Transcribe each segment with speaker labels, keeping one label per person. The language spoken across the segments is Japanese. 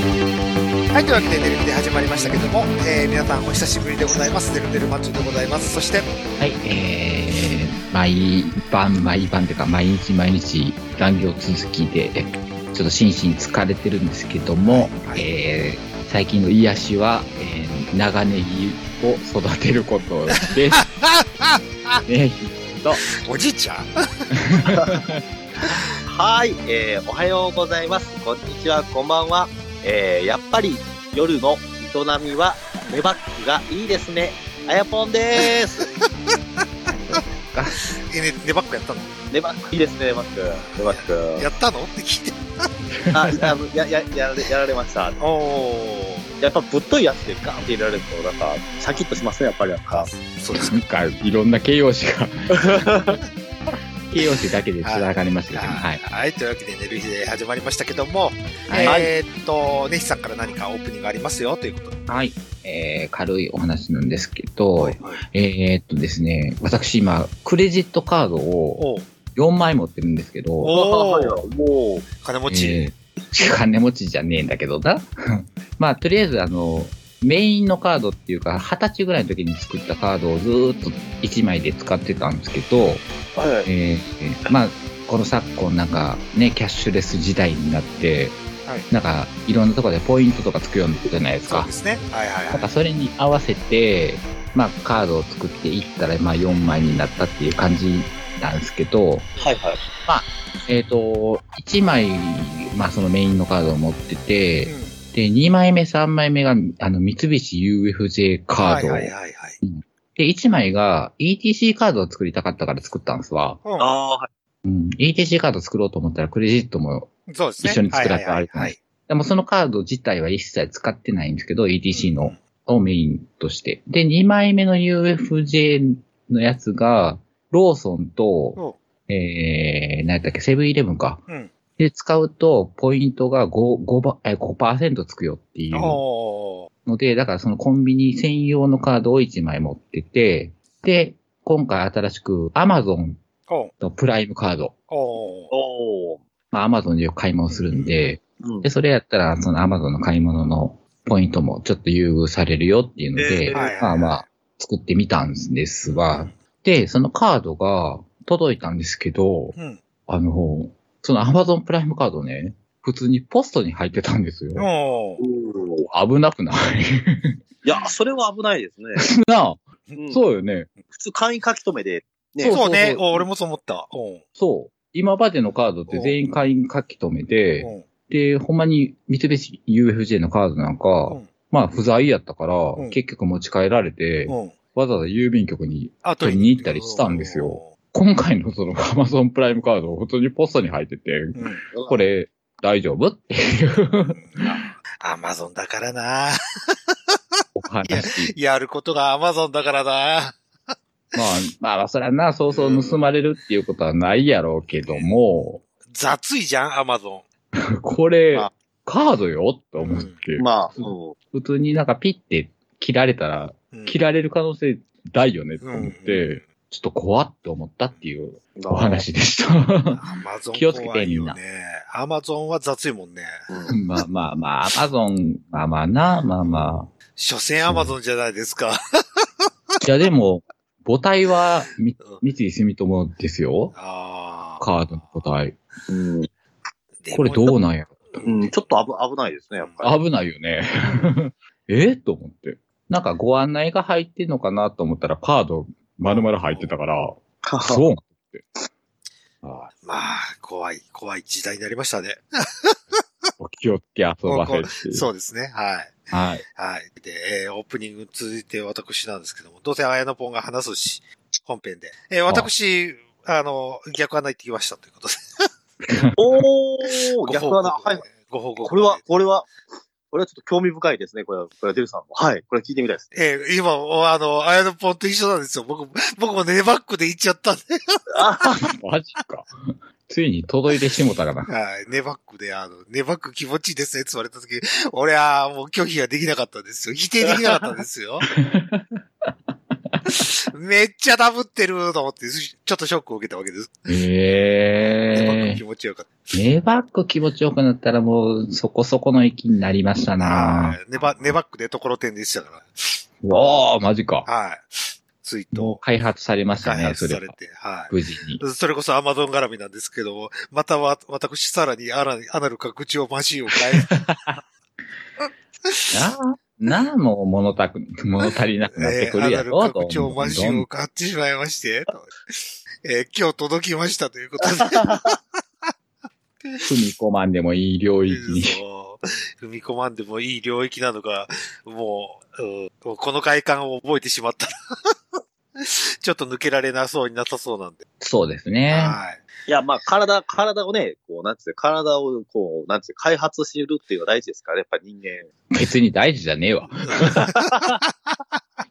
Speaker 1: はい、というわけで、デルで始まりましたけども、えー皆さんお久しぶりでございます。デルデルマッチョでございます。そして、
Speaker 2: はい、えー、毎晩毎晩というか毎日毎日残業続きでちょっと心身疲れてるんですけども、
Speaker 1: はい
Speaker 2: えー最近の癒しは、えー長ネギを育てることです ね
Speaker 1: おじいちゃん
Speaker 3: はい、えーおはようございます。こんにちは、こんばんは。えーやっぱり夜の営みはメバックがいいですね。あやぽんです。
Speaker 1: え、ね、ネバックやったの
Speaker 3: メバックいいですね、メバック。メバッ
Speaker 1: やったのって聞いて。
Speaker 3: ク。あ、あのや、や、やられ、やられました。
Speaker 1: お
Speaker 3: やっぱぶっといやつでガーンって入れられると、なんか、シャキッとしますね、やっぱりなんか。
Speaker 1: そうです
Speaker 2: なんかいろんな形容詞が形容詞だけでつながりましたけども
Speaker 1: は、
Speaker 2: はいい、
Speaker 1: はい、というわけで、寝る日で始まりましたけども、
Speaker 2: はい
Speaker 1: えーっと、ネヒさんから何かオープニングありますよということで。
Speaker 2: はいえー軽いお話なんですけど、えーっとですね私今クレジットカード
Speaker 1: お
Speaker 2: を
Speaker 1: う
Speaker 2: 4枚持ってるんですけど、
Speaker 1: おー
Speaker 3: も
Speaker 1: 金持ち。
Speaker 2: えー金持ちじゃねえんだけどな。 まあ、とりあえず、あの、メインのカードっていうか、二十歳ぐらいの時に作ったカードをずーっと1枚で使ってたんですけど、
Speaker 3: う、は
Speaker 2: え
Speaker 3: い。
Speaker 2: ーえーまあ、この昨今なんかね、キャッシュレス時代になって、
Speaker 1: はい
Speaker 2: なんかいろんなところでポイントとかつくようになったじゃないです
Speaker 1: そう
Speaker 2: か
Speaker 1: で。すね。はいはい
Speaker 2: なん
Speaker 1: は
Speaker 2: かそれに合わせて、まあ、カードを作っていったら、まあ、4枚になったっていう感じなんですけど、
Speaker 3: はいはい。
Speaker 2: えっ、と、1枚、まあそのメインのカードを持って
Speaker 1: い。
Speaker 2: て、
Speaker 1: うん
Speaker 2: で、2枚目、3枚目が、あの、三菱 UFJ カ
Speaker 1: は
Speaker 2: ー
Speaker 1: い
Speaker 2: ド。
Speaker 1: はいはいはい。
Speaker 2: で、1枚が ETC カードを作りたかったから作ったんですわ。
Speaker 1: うん
Speaker 3: ああー、はい。
Speaker 2: うん。ETC カード作ろうと思ったらクレジットも、
Speaker 1: そうですね。
Speaker 2: 一緒に作らせて
Speaker 1: は
Speaker 2: あ
Speaker 1: い
Speaker 2: げ
Speaker 1: は
Speaker 2: た
Speaker 1: い
Speaker 2: ん
Speaker 1: は
Speaker 2: で
Speaker 1: い
Speaker 2: すでもそのカード自体は一切使ってないんですけど、ETC のをメインとして。で、2枚目の UFJ のやつが、ローソンと、えー、何やったっけ、セブンイレブンか。
Speaker 1: うん。
Speaker 2: で、使うと、ポイントが 5, 5, ばえ5%つくよっていううん
Speaker 1: おー
Speaker 2: ので、だからそのコンビニ専用のカードを1枚持ってて、で、今回新しく Amazon
Speaker 1: おう
Speaker 2: のプライムカード。
Speaker 1: おう
Speaker 3: おー。
Speaker 2: まあ、Amazon でよく買い物するんで、
Speaker 3: うん
Speaker 2: で、それやったら、その Amazon の買い物のポイントもちょっと優遇されるよっていうので、
Speaker 3: えー
Speaker 1: はいはいはい
Speaker 2: まあまあ、作ってみたんですが、で、そのカードが届いたんですけど、
Speaker 1: うん。
Speaker 2: あの、その Amazon プライムカードね、普通にポストに入ってたんですよ。
Speaker 1: おう
Speaker 3: うん
Speaker 2: 危なくない
Speaker 3: いや、それは危ないですね。
Speaker 2: なあ、
Speaker 3: うん
Speaker 2: そうよね。
Speaker 3: 普通、簡易書き留めで、ね
Speaker 1: そうそうね。
Speaker 2: そうそう
Speaker 1: お俺もそう思った。おう
Speaker 2: そう。今までのカードって全員会員書き留めて、
Speaker 1: おう
Speaker 2: で、ほんまに三菱 UFJ のカードなんか、
Speaker 1: うん
Speaker 2: まあ不在やったから、
Speaker 1: ん
Speaker 2: 結局持ち帰られて、
Speaker 1: おう
Speaker 2: わざわざ郵便局に、
Speaker 1: あ
Speaker 2: 取りに行ったりしたんですよ
Speaker 1: お
Speaker 2: 今回のその Amazon プライムカード、普通にポストに入ってて、
Speaker 1: ううん。
Speaker 2: これ大丈夫っていう
Speaker 1: アマゾンだからな。
Speaker 2: お話。
Speaker 1: やることがアマゾンだからな。
Speaker 2: まあ、まあ、そらな、そうそう盗まれるっていうことはないやろうけども、
Speaker 1: 雑いじゃん、アマゾ
Speaker 2: これ
Speaker 3: あ、
Speaker 2: カードよと思って、
Speaker 3: まあ、
Speaker 2: う
Speaker 3: うん。
Speaker 2: 普通になんかピッて切られたら、
Speaker 1: ン。
Speaker 2: 切られる可能性大よねと
Speaker 1: うん
Speaker 2: 思って、
Speaker 1: うん
Speaker 2: ちょっと怖って思ったっていうお話でした。
Speaker 1: アマゾン
Speaker 2: 気をつけて
Speaker 1: 怖いよ
Speaker 2: みんな
Speaker 1: ね。アマゾンは雑いもんね。
Speaker 2: まあまあまあ、アマゾン、まあまあな、まあまあ。
Speaker 1: 所詮アマゾンじゃないですか。
Speaker 2: いやでも、母体はみ三井住友ですよ。
Speaker 1: ああ。
Speaker 2: カードの母体。
Speaker 3: うん
Speaker 1: でも
Speaker 2: これどうなんや
Speaker 3: うん、ちょっと危危ないですね、やっぱり。
Speaker 2: 危ないよね。 えと思って。なんかご案内が入ってんのかなと思ったらカード丸々入ってたから、そうなんって。あ
Speaker 1: まあ、怖い、怖い時代になりましたね。
Speaker 2: あお気をつけ遊ばせっていう。
Speaker 1: そうですね。はい。
Speaker 2: はい。
Speaker 1: はい。で、えーオープニング続いて私なんですけども、どうせ綾野ぽんが話すし、本編で。えー私、あの、逆はないってきましたということで。
Speaker 3: お
Speaker 1: ご
Speaker 3: ー、逆
Speaker 1: 報
Speaker 3: は
Speaker 1: 告
Speaker 3: な、はい。。
Speaker 1: ご報告。
Speaker 3: これは、これは、これはちょっと興味深いですね、これは、これはデルさんも。はい、これ聞いてみたいです。
Speaker 1: えー今、おあの、綾野ぽんと一緒なんですよ。僕、僕もね、バックで行っちゃったんで。
Speaker 3: あ
Speaker 2: マジか。ついに届いてしもたかな。
Speaker 1: はい。ネバックで、あの、ネバック気持ちいいですねって言われた時、俺はもう拒否ができなかったんですよ。否定できなかったんです よ。めっちゃダブってると思って、ちょっとショックを受けたわけです。ネバッ
Speaker 2: え
Speaker 1: ク
Speaker 2: え
Speaker 1: 気持ちよかっ
Speaker 2: ネバック気持ちよくなったらもうそこそこの域になりました
Speaker 1: た。
Speaker 2: な
Speaker 1: はいネバ、ネバックでところてんでしたか
Speaker 2: おー、マジか。
Speaker 1: ら。はい。ツイー
Speaker 2: も
Speaker 1: ト
Speaker 2: う開発されました
Speaker 1: 開
Speaker 2: ね、
Speaker 1: 発
Speaker 2: それ
Speaker 1: され
Speaker 2: は。
Speaker 1: て、はい。
Speaker 2: 無事に。
Speaker 1: それこそアマゾン絡みなんですけども、または、私さらにアナアナル拡張マシンを変え、
Speaker 2: なあ、なあ、もう物たく、物足りな くなって
Speaker 1: え
Speaker 2: く
Speaker 1: ーア
Speaker 2: る
Speaker 1: ナ
Speaker 2: や
Speaker 1: ル
Speaker 2: ろ、と
Speaker 1: 拡
Speaker 2: 思
Speaker 1: 張
Speaker 2: う。
Speaker 1: マシンを買ってしまいま して、とえー今日届きましたということで。
Speaker 2: 踏み込まんでもいい領域に。
Speaker 1: そう。踏み込まんでもいい領域なのが、もう、うんもうこの快感を覚えてしまったら ちょっと抜けられなそうになさそうなんで。
Speaker 2: そうですね。
Speaker 1: はい。
Speaker 3: いや、まあ、体、体をね、こう、なんつうの体を、こう、なんつうの開発するっていうのは大事ですから、やっぱ人間。
Speaker 2: 別に大事じゃね えわ。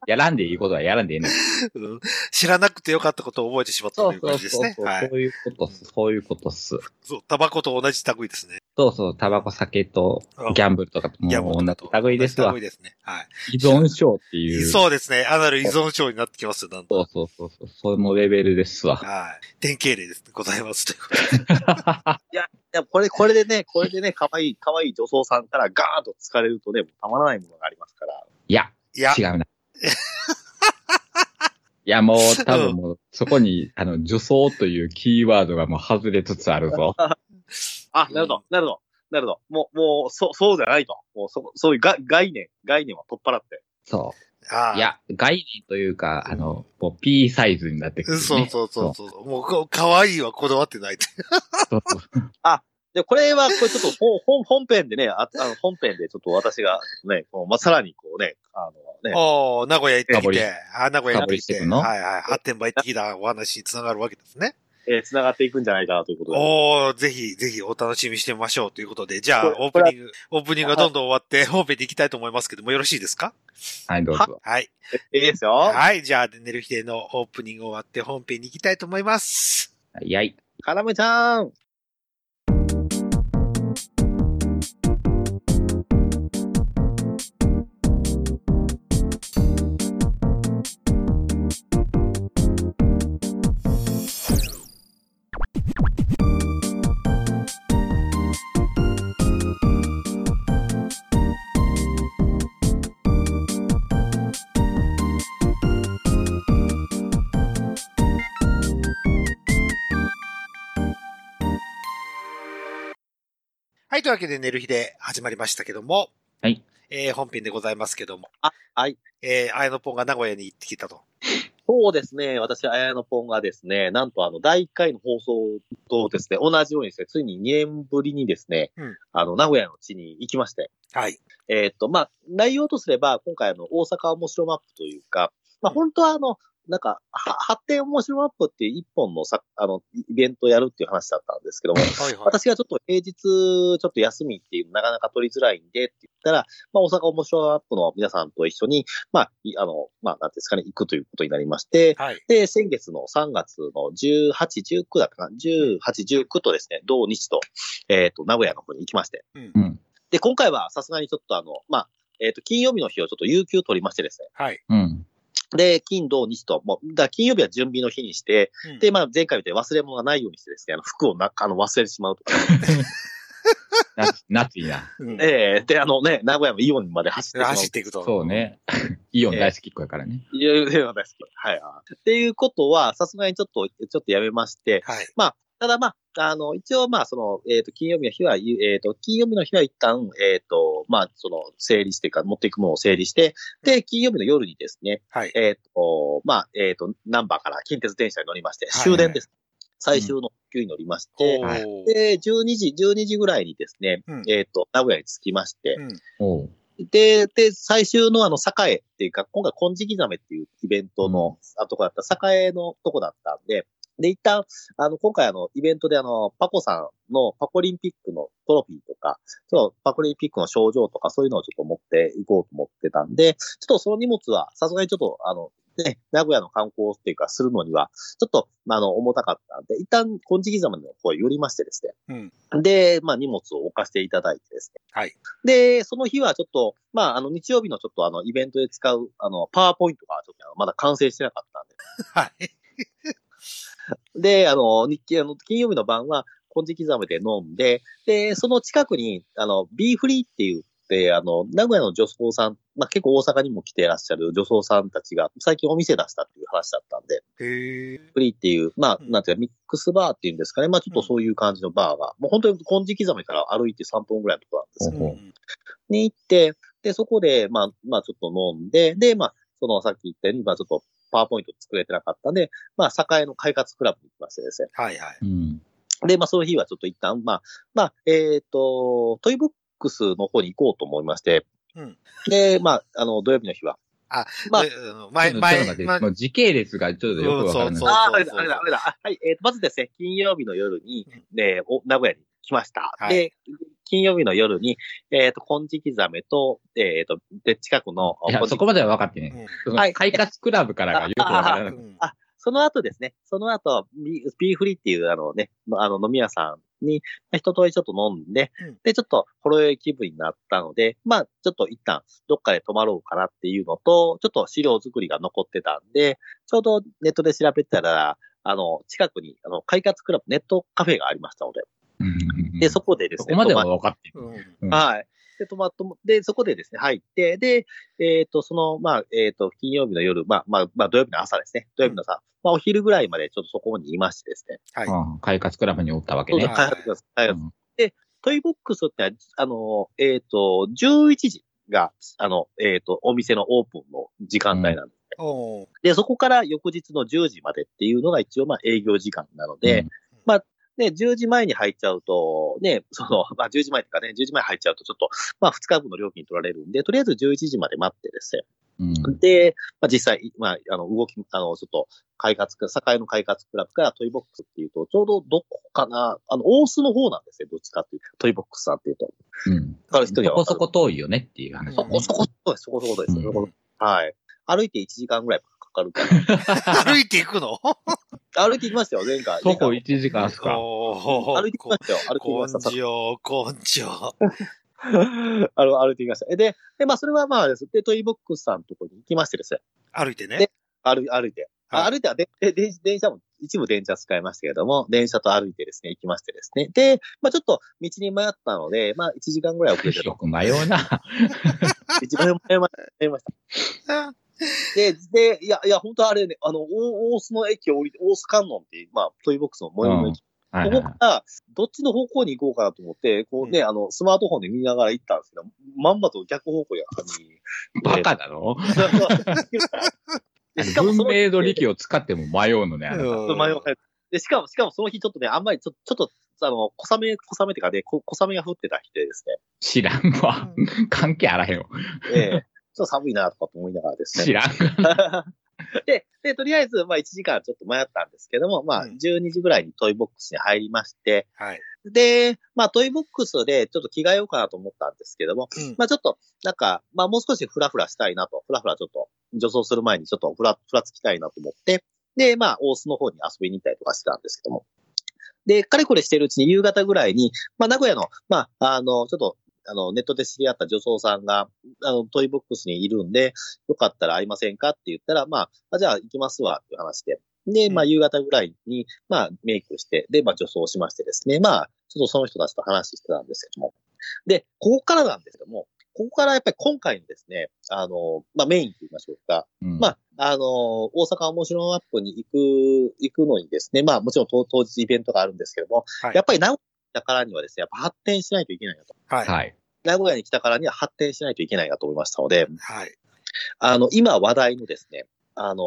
Speaker 2: やらんでいいことはやらんでいいの。
Speaker 1: うん知らなくてよかったことを覚えてしまったという感じですね。
Speaker 2: そう。
Speaker 1: はい。
Speaker 2: そういうことっす。そういうことっす。
Speaker 1: そう、タバコと同じ類ですね。
Speaker 2: そうそう、タバコ、酒とギャンブルとか、
Speaker 1: いやも
Speaker 2: もう
Speaker 1: う
Speaker 2: 同じ類ですわ
Speaker 1: 類。ですね。はい。
Speaker 2: 依存症っていう。
Speaker 1: そうですね。アナル依存症になってきますよ、だんだん
Speaker 2: そうそうそうそう。そのレベルですわ。
Speaker 1: はい。典型例です。ございます。ということで
Speaker 3: いや、これ、これでね、これでね、可愛い、可愛い女装さんからガーンと疲れるとね、もうたまらないものがありますから。
Speaker 2: いや、
Speaker 1: いや
Speaker 2: 違、 うな。いや、もう、多分もう、そこに、あの、女装というキーワードがもう外れつつあるぞ。
Speaker 3: あ、なるほど、なるほど、なるほど。もう、もう、そう、そうじゃないと。もう、そ、そういうが概念、概念は取っ払って。
Speaker 2: そ
Speaker 1: あ
Speaker 2: う。いや、概念というか、あの、もう P サイズになってくる、ね。
Speaker 1: そうそうそうそう。もうこ、可愛いはこだわってない。
Speaker 2: そうそう
Speaker 3: で、これは、これちょっと本、本、本編でね、ああの本編でちょっと私が、ね、こうまあ、さらにこうね、あのね、
Speaker 1: おー名古屋行ってきて、あ名古屋行ってき
Speaker 2: 深掘りして
Speaker 1: て、
Speaker 2: くの
Speaker 1: はいはい、発展場行ってきたお話につながるわけですね。
Speaker 3: えー繋がっていくんじゃないかなということで。
Speaker 1: おーぜひ、ぜひお楽しみにしてみましょうということで、じゃあ、オー
Speaker 3: こ
Speaker 1: プ
Speaker 3: れ
Speaker 1: ニング、オープニングがどんどん終わって、本編で行きたいと思いますけども、よろしいですか
Speaker 2: はい、どうぞ。
Speaker 1: はい。
Speaker 3: いいですよ。
Speaker 1: はい、じゃあ、寝る日でのオープニング終わって、本編に行きたいと思います。
Speaker 2: いやい。
Speaker 3: カラムちゃん。
Speaker 1: はい、というわけで、寝る日で始まりましたけども、
Speaker 2: はい。
Speaker 1: えー、本編でございますけども、
Speaker 3: あ、はい。
Speaker 1: えー、あやのぽんが名古屋に行ってきたと。
Speaker 3: そうですね。私、綾野ポンがですね、なんとあの、第1回の放送とですね、同じようにですね、ついに2年ぶりにですね、
Speaker 1: うん
Speaker 3: あの、名古屋の地に行きまして、
Speaker 1: はい。
Speaker 3: えーっと、まあ、内容とすれば、今回あの、大阪面白マップというか、まあ、本当はあの、なんか、は発展面白マップっていう一本のさ、あの、イイベントをやるっていう話だったんですけども、
Speaker 1: はいはい。
Speaker 3: 私がちょっと平日、ちょっと休みっていう、なかなか取りづらいんでって言ったら、まあ、大阪面白アップの皆さんと一緒に、まあ、いあの、まあ、なんていうんですかね、行くということになりまして、
Speaker 1: はい。
Speaker 3: で、先月の3月の18、19だったかな、18、19とですね、同日と、えっ、と、名古屋の方に行きまして。
Speaker 1: うん
Speaker 2: うん。
Speaker 3: で、今回はさすがにちょっとあの、まあ、えっ、と、金曜日の日をちょっと有給取りましてですね。
Speaker 1: はい。
Speaker 2: うん。
Speaker 3: で、金、土、日と、もう、だから金曜日は準備の日にして、
Speaker 1: うん
Speaker 3: で、まあ、前回みたいに忘れ物がないようにしてですね、あの服をなあの忘れてしまうとか、
Speaker 2: な、なついな。
Speaker 1: うん
Speaker 3: ええで、あのね、名古屋のイオンまで走ってしまう。
Speaker 1: 走っていくと。
Speaker 2: そうね。 イオン大好きっ子やからね。
Speaker 3: いやいやいやですけどはい。っていうことは、さすがにちょっと、ちょっとやめまして、
Speaker 1: はい。
Speaker 3: ただまあ、あの、一応まあ、その、えっ、と、金曜日の日は、ゆえっ、と、金曜日の日は一旦、えっ、と、まあ、その、整理してか、持っていくものを整理して、で、金曜日の夜にですね、
Speaker 1: はい。
Speaker 3: えっ、と、まあ、えっ、と、ナンバーから近鉄電車に乗りまして、
Speaker 1: はい
Speaker 3: 終電です。最終の急に乗りまして、
Speaker 2: はい
Speaker 1: おー
Speaker 3: で、12時、12時ぐらいにですね、
Speaker 1: うん
Speaker 3: えっ、と、名古屋に着きまして、
Speaker 1: うん
Speaker 2: おう。
Speaker 3: で、で、最終のあの、栄っていうか、今回、金色ザメっていうイベントの、あとこだった、栄のとこだったんで、で、一旦、あの、今回あの、イベントであの、パコさんのパコリンピックのトロフィーとか、そのパコリンピックの症状とか、そういうのをちょっと持っていこうと思ってたんで、ちょっとその荷物は、さすがにちょっと、あの、ね、名古屋の観光っていうか、するのには、ちょっと、まあ、あの、重たかったんで、一旦、金色ザメの方へ寄りましてですね、
Speaker 1: うん。
Speaker 3: で、まあ、荷物を置かせていただいてですね。
Speaker 1: はい。
Speaker 3: で、その日はちょっと、まあ、あの、日曜日のちょっとあの、イベントで使う、あの、パワーポイントがちょっとあのまだ完成してなかったんで。
Speaker 1: はい。
Speaker 3: で、あの、日記、あの、金曜日の晩は、金色刻めで飲んで、で、その近くに、あの、ビーフリーっていう、で、あの、名古屋の女装さん、まあ、結構大阪にも来ていらっしゃる女装さんたちが、最近お店出したっていう話だったんで、
Speaker 1: へえ。
Speaker 3: フリーっていう、まあ、
Speaker 1: うん
Speaker 3: なんていうか、ミックスバーっていうんですかね。まあ、ちょっとそういう感じのバーが、もう本当に金色刻みから歩いて3分ぐらいのところなんですけど、
Speaker 2: ほう
Speaker 3: に行って、で、そこで、まあ、まあ、ちょっと飲んで、で、まあ、その、さっき言ったように、まあ、ちょっと、パワーポイント作れてなかったんで、まあ、栄の快活クラブに行きましてですね。
Speaker 1: はいはい。
Speaker 2: うん。
Speaker 3: で、まあ、その日はちょっと一旦、まあ、まあ、えっ、と、トイブックスの方に行こうと思いまして、
Speaker 1: うん
Speaker 3: で、まあ、あの、土曜日の日は。
Speaker 1: あ、
Speaker 3: まあ
Speaker 1: で、あの前、
Speaker 2: ちょっと
Speaker 1: 前
Speaker 2: ちょっと待っ、て
Speaker 1: ま
Speaker 2: もう時系列がちょっとよくわからない。
Speaker 1: うんそうそう
Speaker 3: ああ、あれだ、あれだ、あれだ。あはい、えーと、まずですね、金曜日の夜に、ね、お、名古屋に来ました。
Speaker 1: はい
Speaker 3: で、金曜日の夜に、えっ、と、金色刻めと、えっ、と、で、近くの、
Speaker 2: いや、そこまでは分かってね。その
Speaker 3: はい
Speaker 2: 快活クラブからがよく分からな
Speaker 1: う
Speaker 2: く
Speaker 1: ん
Speaker 2: て。
Speaker 1: うん
Speaker 3: あその後ですね、その後、ビビーフリーっていうあのね、のあの飲み屋さんに、まあ一通りちょっと飲んで、
Speaker 1: うん
Speaker 3: で、ちょっとほろ酔い気分になったので、まあ、ちょっと一旦どっかで泊まろうかなっていうのと、ちょっと資料作りが残ってたんで、ちょうどネットで調べたら、あの、近くに、あの、快活クラブネットカフェがありましたので、で、そ
Speaker 2: こ
Speaker 3: こでです
Speaker 2: そ
Speaker 3: ね、
Speaker 2: こまでは
Speaker 3: 泊
Speaker 2: 分かってる。
Speaker 1: うん
Speaker 2: うん
Speaker 3: はい。で、トマト、で、そこでですね、入って、で、えっ、と、その、まあ、えっ、と、金曜日の夜、まあ、まあ、まあ、土曜日の朝ですね。土曜日の朝、まあ、お昼ぐらいまでちょっとそこにいましてですね。
Speaker 1: はい。
Speaker 2: ああ快活クラブにおったわけ
Speaker 3: そう
Speaker 2: ね
Speaker 3: そう、
Speaker 1: は。い
Speaker 3: 開発が、開発
Speaker 2: うん
Speaker 3: で、トイボックスってのは、あの、えっ、と、11時が、あの、えっ、と、お店のオープンの時間帯なんで、
Speaker 1: おー
Speaker 3: で、そこから翌日の10時までっていうのが一応、まあ、営業時間なので、
Speaker 2: うん
Speaker 3: ね、10時前に入っちゃうと、ね、その、 まあ、10時前とかね、10時前入っちゃうと、ちょっと、まあ、2日分の料金取られるんで、とりあえず11時まで待ってですね。
Speaker 2: うん
Speaker 3: で、まあ、実際、まあ、あの、動き、あの、ちょっと、開発、境の開発クラブからトイボックスっていうと、ちょうどどこかな、あの、大須の方なんですね、どっちかっていうと、トイボックスさんっていうと。
Speaker 2: うん。
Speaker 3: わかる人に
Speaker 2: そ
Speaker 3: は
Speaker 2: こ
Speaker 3: わか
Speaker 2: そ
Speaker 3: る。
Speaker 2: こ遠いよねっていう話。
Speaker 1: そこ
Speaker 3: そこそこです、そこそこです。
Speaker 2: うん
Speaker 3: そこはい。歩いて1時間ぐらいかかるか
Speaker 1: 歩いていくの
Speaker 3: ら。歩いてきましたよ、前回。
Speaker 2: 徒歩
Speaker 3: 前回
Speaker 2: 1時間っすか。
Speaker 1: おー
Speaker 3: 歩いてきましたよ、歩いてきました。
Speaker 1: 根性、根性。
Speaker 3: あの、歩いてきました。で、で、まあ、それはまあです。で、トイボックスさんのところに行きましてですね。
Speaker 1: 歩いてね
Speaker 3: で。歩い歩いて。あ
Speaker 1: はい
Speaker 3: 歩いてはで、で、電電車も、一部電車使いましたけれども、電車と歩いてですね、行きましてですね。で、まあちょっと道に迷ったので、まあ1時間ぐらい遅れて
Speaker 2: よ
Speaker 3: と。
Speaker 2: く迷うな。
Speaker 3: 一番迷いま迷いました。で、で、いや、いや、本当あれね、あの、大大須の駅を降りて、大須観音っていう、まあ、トイボックスの最寄りの駅
Speaker 2: はいは
Speaker 3: こ
Speaker 2: い
Speaker 3: こ
Speaker 2: は
Speaker 3: か。ら、どっちの方向に行こうかなと思って、こうね、あの、スマートフォンで見ながら行ったんですけど、まんまと逆方向や
Speaker 2: いバカだろ
Speaker 3: に。しかもそ
Speaker 2: 文
Speaker 3: の日
Speaker 2: 明の利器を使っても迷うのね。あなた
Speaker 3: ちょっと迷わされてで、しかも、しかもその日ちょっとね、あんまりちょちょっと、あの、小雨、小雨っていうかね、こ小雨が降ってた日でです
Speaker 2: 知らんわ。関係あらへんわ。
Speaker 3: ね、ええ ちょっと寒いなとかと思いながらですね。
Speaker 2: 知らん。
Speaker 3: で、で、とりあえず、まあ1時間ちょっと迷ったんですけども、まあ
Speaker 1: うん
Speaker 3: 12時ぐらいにトイボックスに入りまして、
Speaker 1: はい。
Speaker 3: で、まあトイボックスでちょっと着替えようかなと思ったんですけども、
Speaker 1: うん
Speaker 3: まあちょっと、なんか、まあもう少しフラフラしたいなと、フラフラちょっと、女装する前にちょっとフラ、フラつきたいなと思って、で、まあ、大須の方に遊びに行ったりとかしてたんですけども。で、かれこれしてるうちに夕方ぐらいに、まあ、名古屋の、まあ、あの、ちょっと、あの、ネットで知り合った女装さんが、あの、トイボックスにいるんで、よかったら会いませんかって言ったら、まあ、あじゃあ行きますわ、っていう話で。で、まあ、
Speaker 1: うん
Speaker 3: 夕方ぐらいに、まあ、メイクして、で、まあ、女装しましてですね、まあ、ちょっとその人たちと話してたんですけども。で、ここからなんですけども、ここからやっぱり今回のですね、あの、まあ、メインと言いましょうか、
Speaker 2: うん
Speaker 3: まあ、あのー大阪面白マップに行く、行くのにですね、まあ、もちろん当当日イベントがあるんですけども、
Speaker 1: はい
Speaker 3: やっぱり名古屋からにはですね、やっぱ発展しないといけないなと。
Speaker 1: はい。
Speaker 2: はい。
Speaker 3: 名古屋に来たからには発展しないといけないなと思いましたので、
Speaker 1: はい。
Speaker 3: あの、今話題のですね、あのー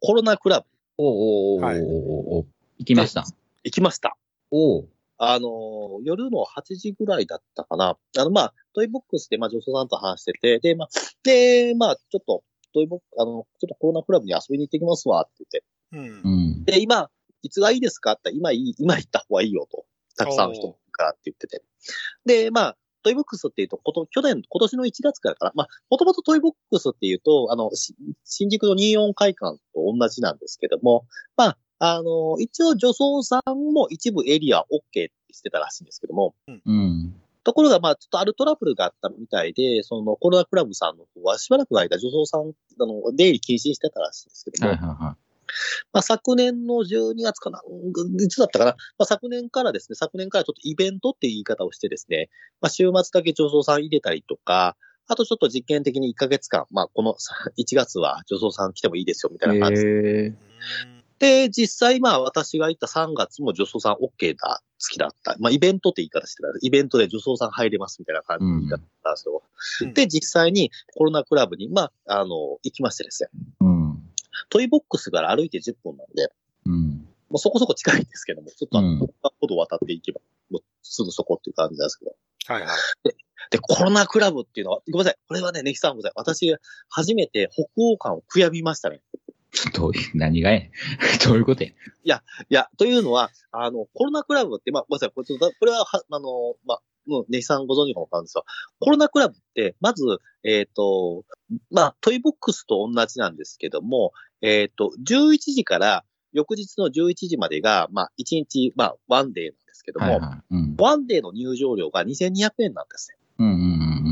Speaker 3: コロナクラブ
Speaker 2: おうおうおうおう
Speaker 1: はい
Speaker 2: おうおう行きました。
Speaker 3: 行きました。
Speaker 2: おお。
Speaker 3: あのー夜の8時ぐらいだったかな。あの、まあ、トイボックスで、まあ、女装さんと話してて、で、まあ、で、まあ、ちょっと、トイボックあの、ちょっとコロナクラブに遊びに行ってきますわ、って言って、
Speaker 1: う。
Speaker 2: うんん。
Speaker 3: で、今、いつがいいですかって言ったら今いい、今行った方がいいよと、たくさんの人からって言ってて。で、まあ、トイボックスっていうと、こと、去年、今年の1月からかな。まあ、もともとトイボックスっていうと、あの、し新宿の24会館と同じなんですけども、まあ、あの、一応女装さんも一部エリア OK ってしてたらしいんですけども、
Speaker 2: うん。
Speaker 3: ところが、まあ、ちょっとあるトラブルがあったみたいで、そのコロナクラブさんの方はしばらくの間、女装さん、あの、出入り禁止にしてたらしいんですけど
Speaker 2: はい
Speaker 3: も、
Speaker 2: はいは
Speaker 3: まあ、昨年の12月かな、うんいつだったかな、まあ、昨年からですね、昨年からちょっとイベントっていう言い方をしてですね、まあ、週末だけ女装さん入れたりとか、あとちょっと実験的に1ヶ月間、まあ、この1月は女装さん来てもいいですよ、みたいな感じで
Speaker 2: え
Speaker 3: で、実際、まあ、私が行った3月も女装さん OK だ、好きだった。まあ、イベントって言い方してた。イベントで女装さん入れますみたいな感じの言い方だったんですよ。
Speaker 1: うん
Speaker 3: で、実際にコロナクラブに、まあ、あの、行きましてですね。
Speaker 2: うん。
Speaker 3: トイボックスから歩いて10分なんで、
Speaker 2: うん。
Speaker 3: もうそこそこ近いんですけども、ちょっとあ
Speaker 2: う
Speaker 3: の、
Speaker 2: ん
Speaker 3: ここほど渡っていけば、もうすぐそこっていう感じなんですけど。
Speaker 1: はいはい。
Speaker 3: で、コロナクラブっていうのは、ごめんなさい。これはね、ネヒさんごめんなさい。私、初めて北欧感を悔やみましたね。
Speaker 2: ちょっと、何がやねん どういうことや
Speaker 3: いや、というのは、あの、コロナクラブって、まあ、ごめんなさい、これちょっとこれは、はあの、まあ、もう、ネヒさんご存知かもわかるんですが、コロナクラブって、まず、えっ、と、まあ、トイボックスと同じなんですけども、えっ、と、11時から翌日の11時までが、まあ、1日、まあ、ワンデーなんですけども、
Speaker 2: はいはい。うん。
Speaker 3: ワンデーの入場料が2200円なんですね。
Speaker 2: うんうんう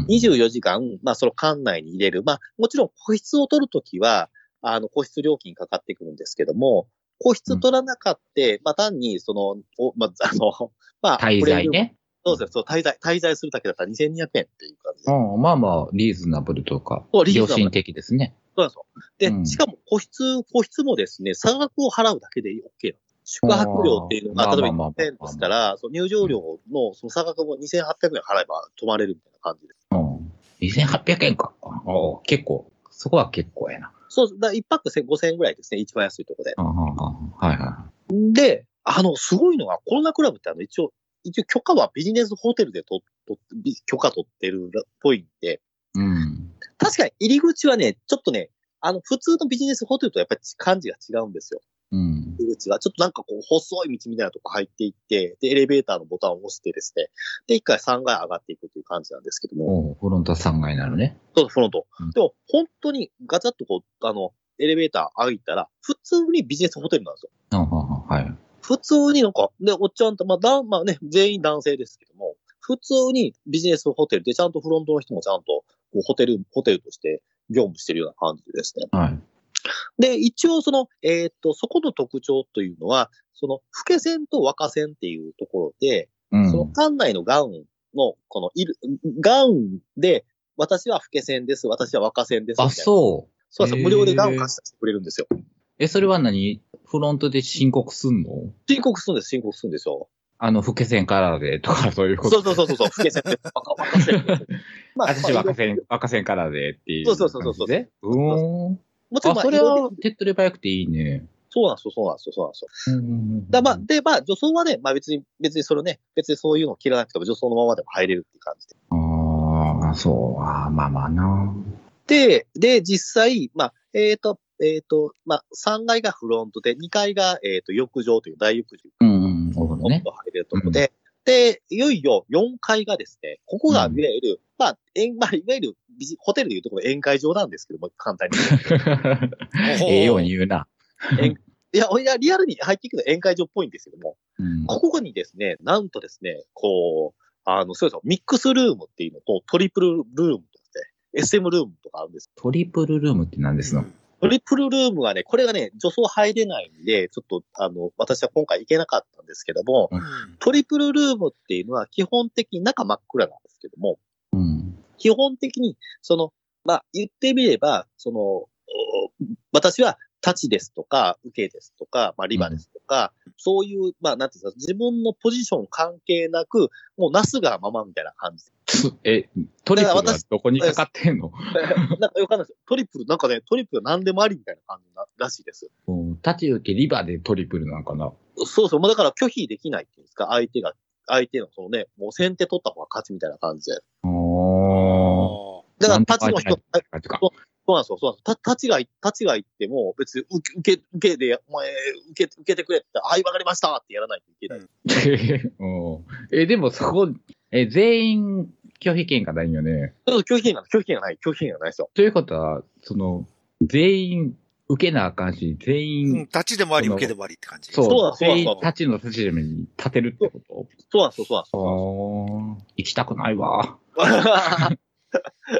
Speaker 2: ん。
Speaker 3: 24時間、まあ、その館内に入れる。まあ、もちろん個室を取るときは、あの、個室料金かかってくるんですけども、個室取らなかって、まあ、単に、その、おまあ、あ の、ま
Speaker 2: 滞
Speaker 3: あ、
Speaker 2: 在ね。
Speaker 3: プレイルーム。そうですそう、滞在、滞在するだけだったら2200円っていう感じで。
Speaker 2: うん、まあまあ、リーズナブルとか
Speaker 3: そう、リーズナ
Speaker 2: 良
Speaker 3: ブル
Speaker 2: 心的ですね。
Speaker 3: そうなんですよ。で、
Speaker 2: うん
Speaker 3: しかも個室、個室もですね、差額を払うだけで OK なの宿泊料っていうの
Speaker 2: あ
Speaker 3: が、
Speaker 2: ーま
Speaker 3: 例え
Speaker 2: あまあまあ
Speaker 3: ば
Speaker 2: まあ
Speaker 3: 1000円ですから、その入場料のその差額も2800円払えば泊まれるみたいな感じで。
Speaker 2: うん。2800円か。おう結構、そこは結構やな。
Speaker 3: そう、だから一泊1000 5000円ぐらいですね、一番安いところで。
Speaker 2: うんうんうんはいは
Speaker 3: で、あの、すごいのが、コロナクラブってあの、一応、一応許可はビジネスホテルでと、と、び許可取ってるっぽいんで、
Speaker 2: い。うん。
Speaker 3: 確かに入り口はね、ちょっとね、あの、普通のビジネスホテルとやっぱり感じが違うんですよ。
Speaker 2: うん。
Speaker 3: 入り口は。ちょっとなんかこう、細い道みたいなとこ入っていって、で、エレベーターのボタンを押してですね、で、一回3階上がっていくという感じなんですけども、
Speaker 2: おうフロント3階になるね。
Speaker 3: そうフロント
Speaker 2: うん。
Speaker 3: でも、本当にガチャッとこう、あの、エレベーター上げたら、普通にビジネスホテルなんですよ
Speaker 2: うんうんうんはい。
Speaker 3: 普通になんか、で、おっちゃんと、まあ、だんまあね、全員男性ですけども、普通にビジネスホテルで、ちゃんとフロントの人もちゃんと、こうホテル、ホテルとして業務してるような感じでですね。
Speaker 2: はい。
Speaker 3: で、一応その、えーっと、そこの特徴というのは、その、老け線と若線っていうところで、
Speaker 2: う
Speaker 3: その
Speaker 2: ん。
Speaker 3: 館内のガウンの、この、いる、ガウンで、私は老け線です、私は若線です。
Speaker 2: あ、
Speaker 3: う。
Speaker 2: そう。
Speaker 3: そうなんです
Speaker 2: へー
Speaker 3: よ。無料でガウン貸してくれるんですよ。
Speaker 2: え、それは何フロントで申告すんの
Speaker 3: 申告するんです、申告するんですよ。
Speaker 2: あの、老け線からでとかそういうこと。
Speaker 3: そうそうそうそうそう、老け線です。若、若線です。ま
Speaker 2: 私若線、若線からでっていう。
Speaker 3: そうそうそうそう
Speaker 2: でうーん。
Speaker 3: もちろ
Speaker 2: あ、
Speaker 3: ん、まあ、
Speaker 2: それ
Speaker 3: いろ
Speaker 2: はい
Speaker 3: ろ
Speaker 2: 手っ取り早くていいね。
Speaker 3: そうなんですよ、そうなんですよ、そうなんですよ。
Speaker 2: うんうんうん
Speaker 3: だまあ、で、まあ、女装はね、まあ別に、別にそれね、別にそういうのを切らなくても女装のままでも入れるっていう感じで。
Speaker 2: ああ、そう、あーまあまあな。
Speaker 3: で、で、実際、まあ、えっ、と、えっ、と、まあ、3階がフロントで、2階が、えっ、と、浴場という大浴場
Speaker 2: うんうん、お風呂
Speaker 3: の
Speaker 2: ね。
Speaker 3: 入れるところで、で、いよいよ4階がですね、ここが、いわゆる、まあ、宴まあ、いわゆるビジ、ホテルでいうところの宴会場なんですけども、簡単に言うと。
Speaker 2: ええように言うな。
Speaker 3: いや、いや、リアルに入っていくのは宴会場っぽいんですけども、
Speaker 2: うん
Speaker 3: ここにですね、なんとですね、こう、あの、そうですよ、ミックスルームっていうのと、トリプルルームとかですね、SM ルームとかあるんです。
Speaker 2: トリプルルームって何ですの
Speaker 3: トリプルルームはね、これがね、女装入れないんで、ちょっと、あの、私は今回行けなかったんですけども、
Speaker 1: うん
Speaker 3: トリプルルームっていうのは基本的に中真っ暗なんですけども、
Speaker 2: うん。
Speaker 3: 基本的に、その、まあ、言ってみれば、その、お私は、立ちですとか、受けですとか、まあ、リバですとか、そういう、まあ、なんていうんですか、自分のポジション関係なく、もうなすがままみたいな感じ。
Speaker 2: つえ、トリプルはどこにかかってんの
Speaker 3: なんかよくわかんないです。トリプル、なんかね、トリプル何でもありみたいな感じならしいです。
Speaker 2: うん立ち受けリバーでトリプルなんかな。
Speaker 3: そうそう、もうだから拒否できないっていうんですか、相手が、相手のそのね、もう先手取った方が勝ちみたいな感じで。
Speaker 2: おー。
Speaker 3: だから、立ちの人、
Speaker 2: なんとか
Speaker 3: そうなんですよ、そうなんですよ。た、立ちがい、立ちがいっても、別に受け、受け、受けで、お前、受け、受けてくれって言ったら、はい、わかりましたってやらないといけない。
Speaker 2: うんえ、でもそこ、え、全員拒否権がないよね。
Speaker 3: ちょっと拒否権が、拒否権がない、拒否権がないですよ。
Speaker 2: ということは、その、全員受けなあかんし、全員、
Speaker 1: うん立ちでもあり、受けでもありって感じ。
Speaker 2: そう、
Speaker 3: そうだそうだ
Speaker 2: 全員
Speaker 3: そうだ
Speaker 2: 立ちの立ちでもに立てるってこ
Speaker 3: そうなんですよ、そうなんです
Speaker 2: と
Speaker 3: よ。
Speaker 2: おー行きたくないわ。
Speaker 3: わ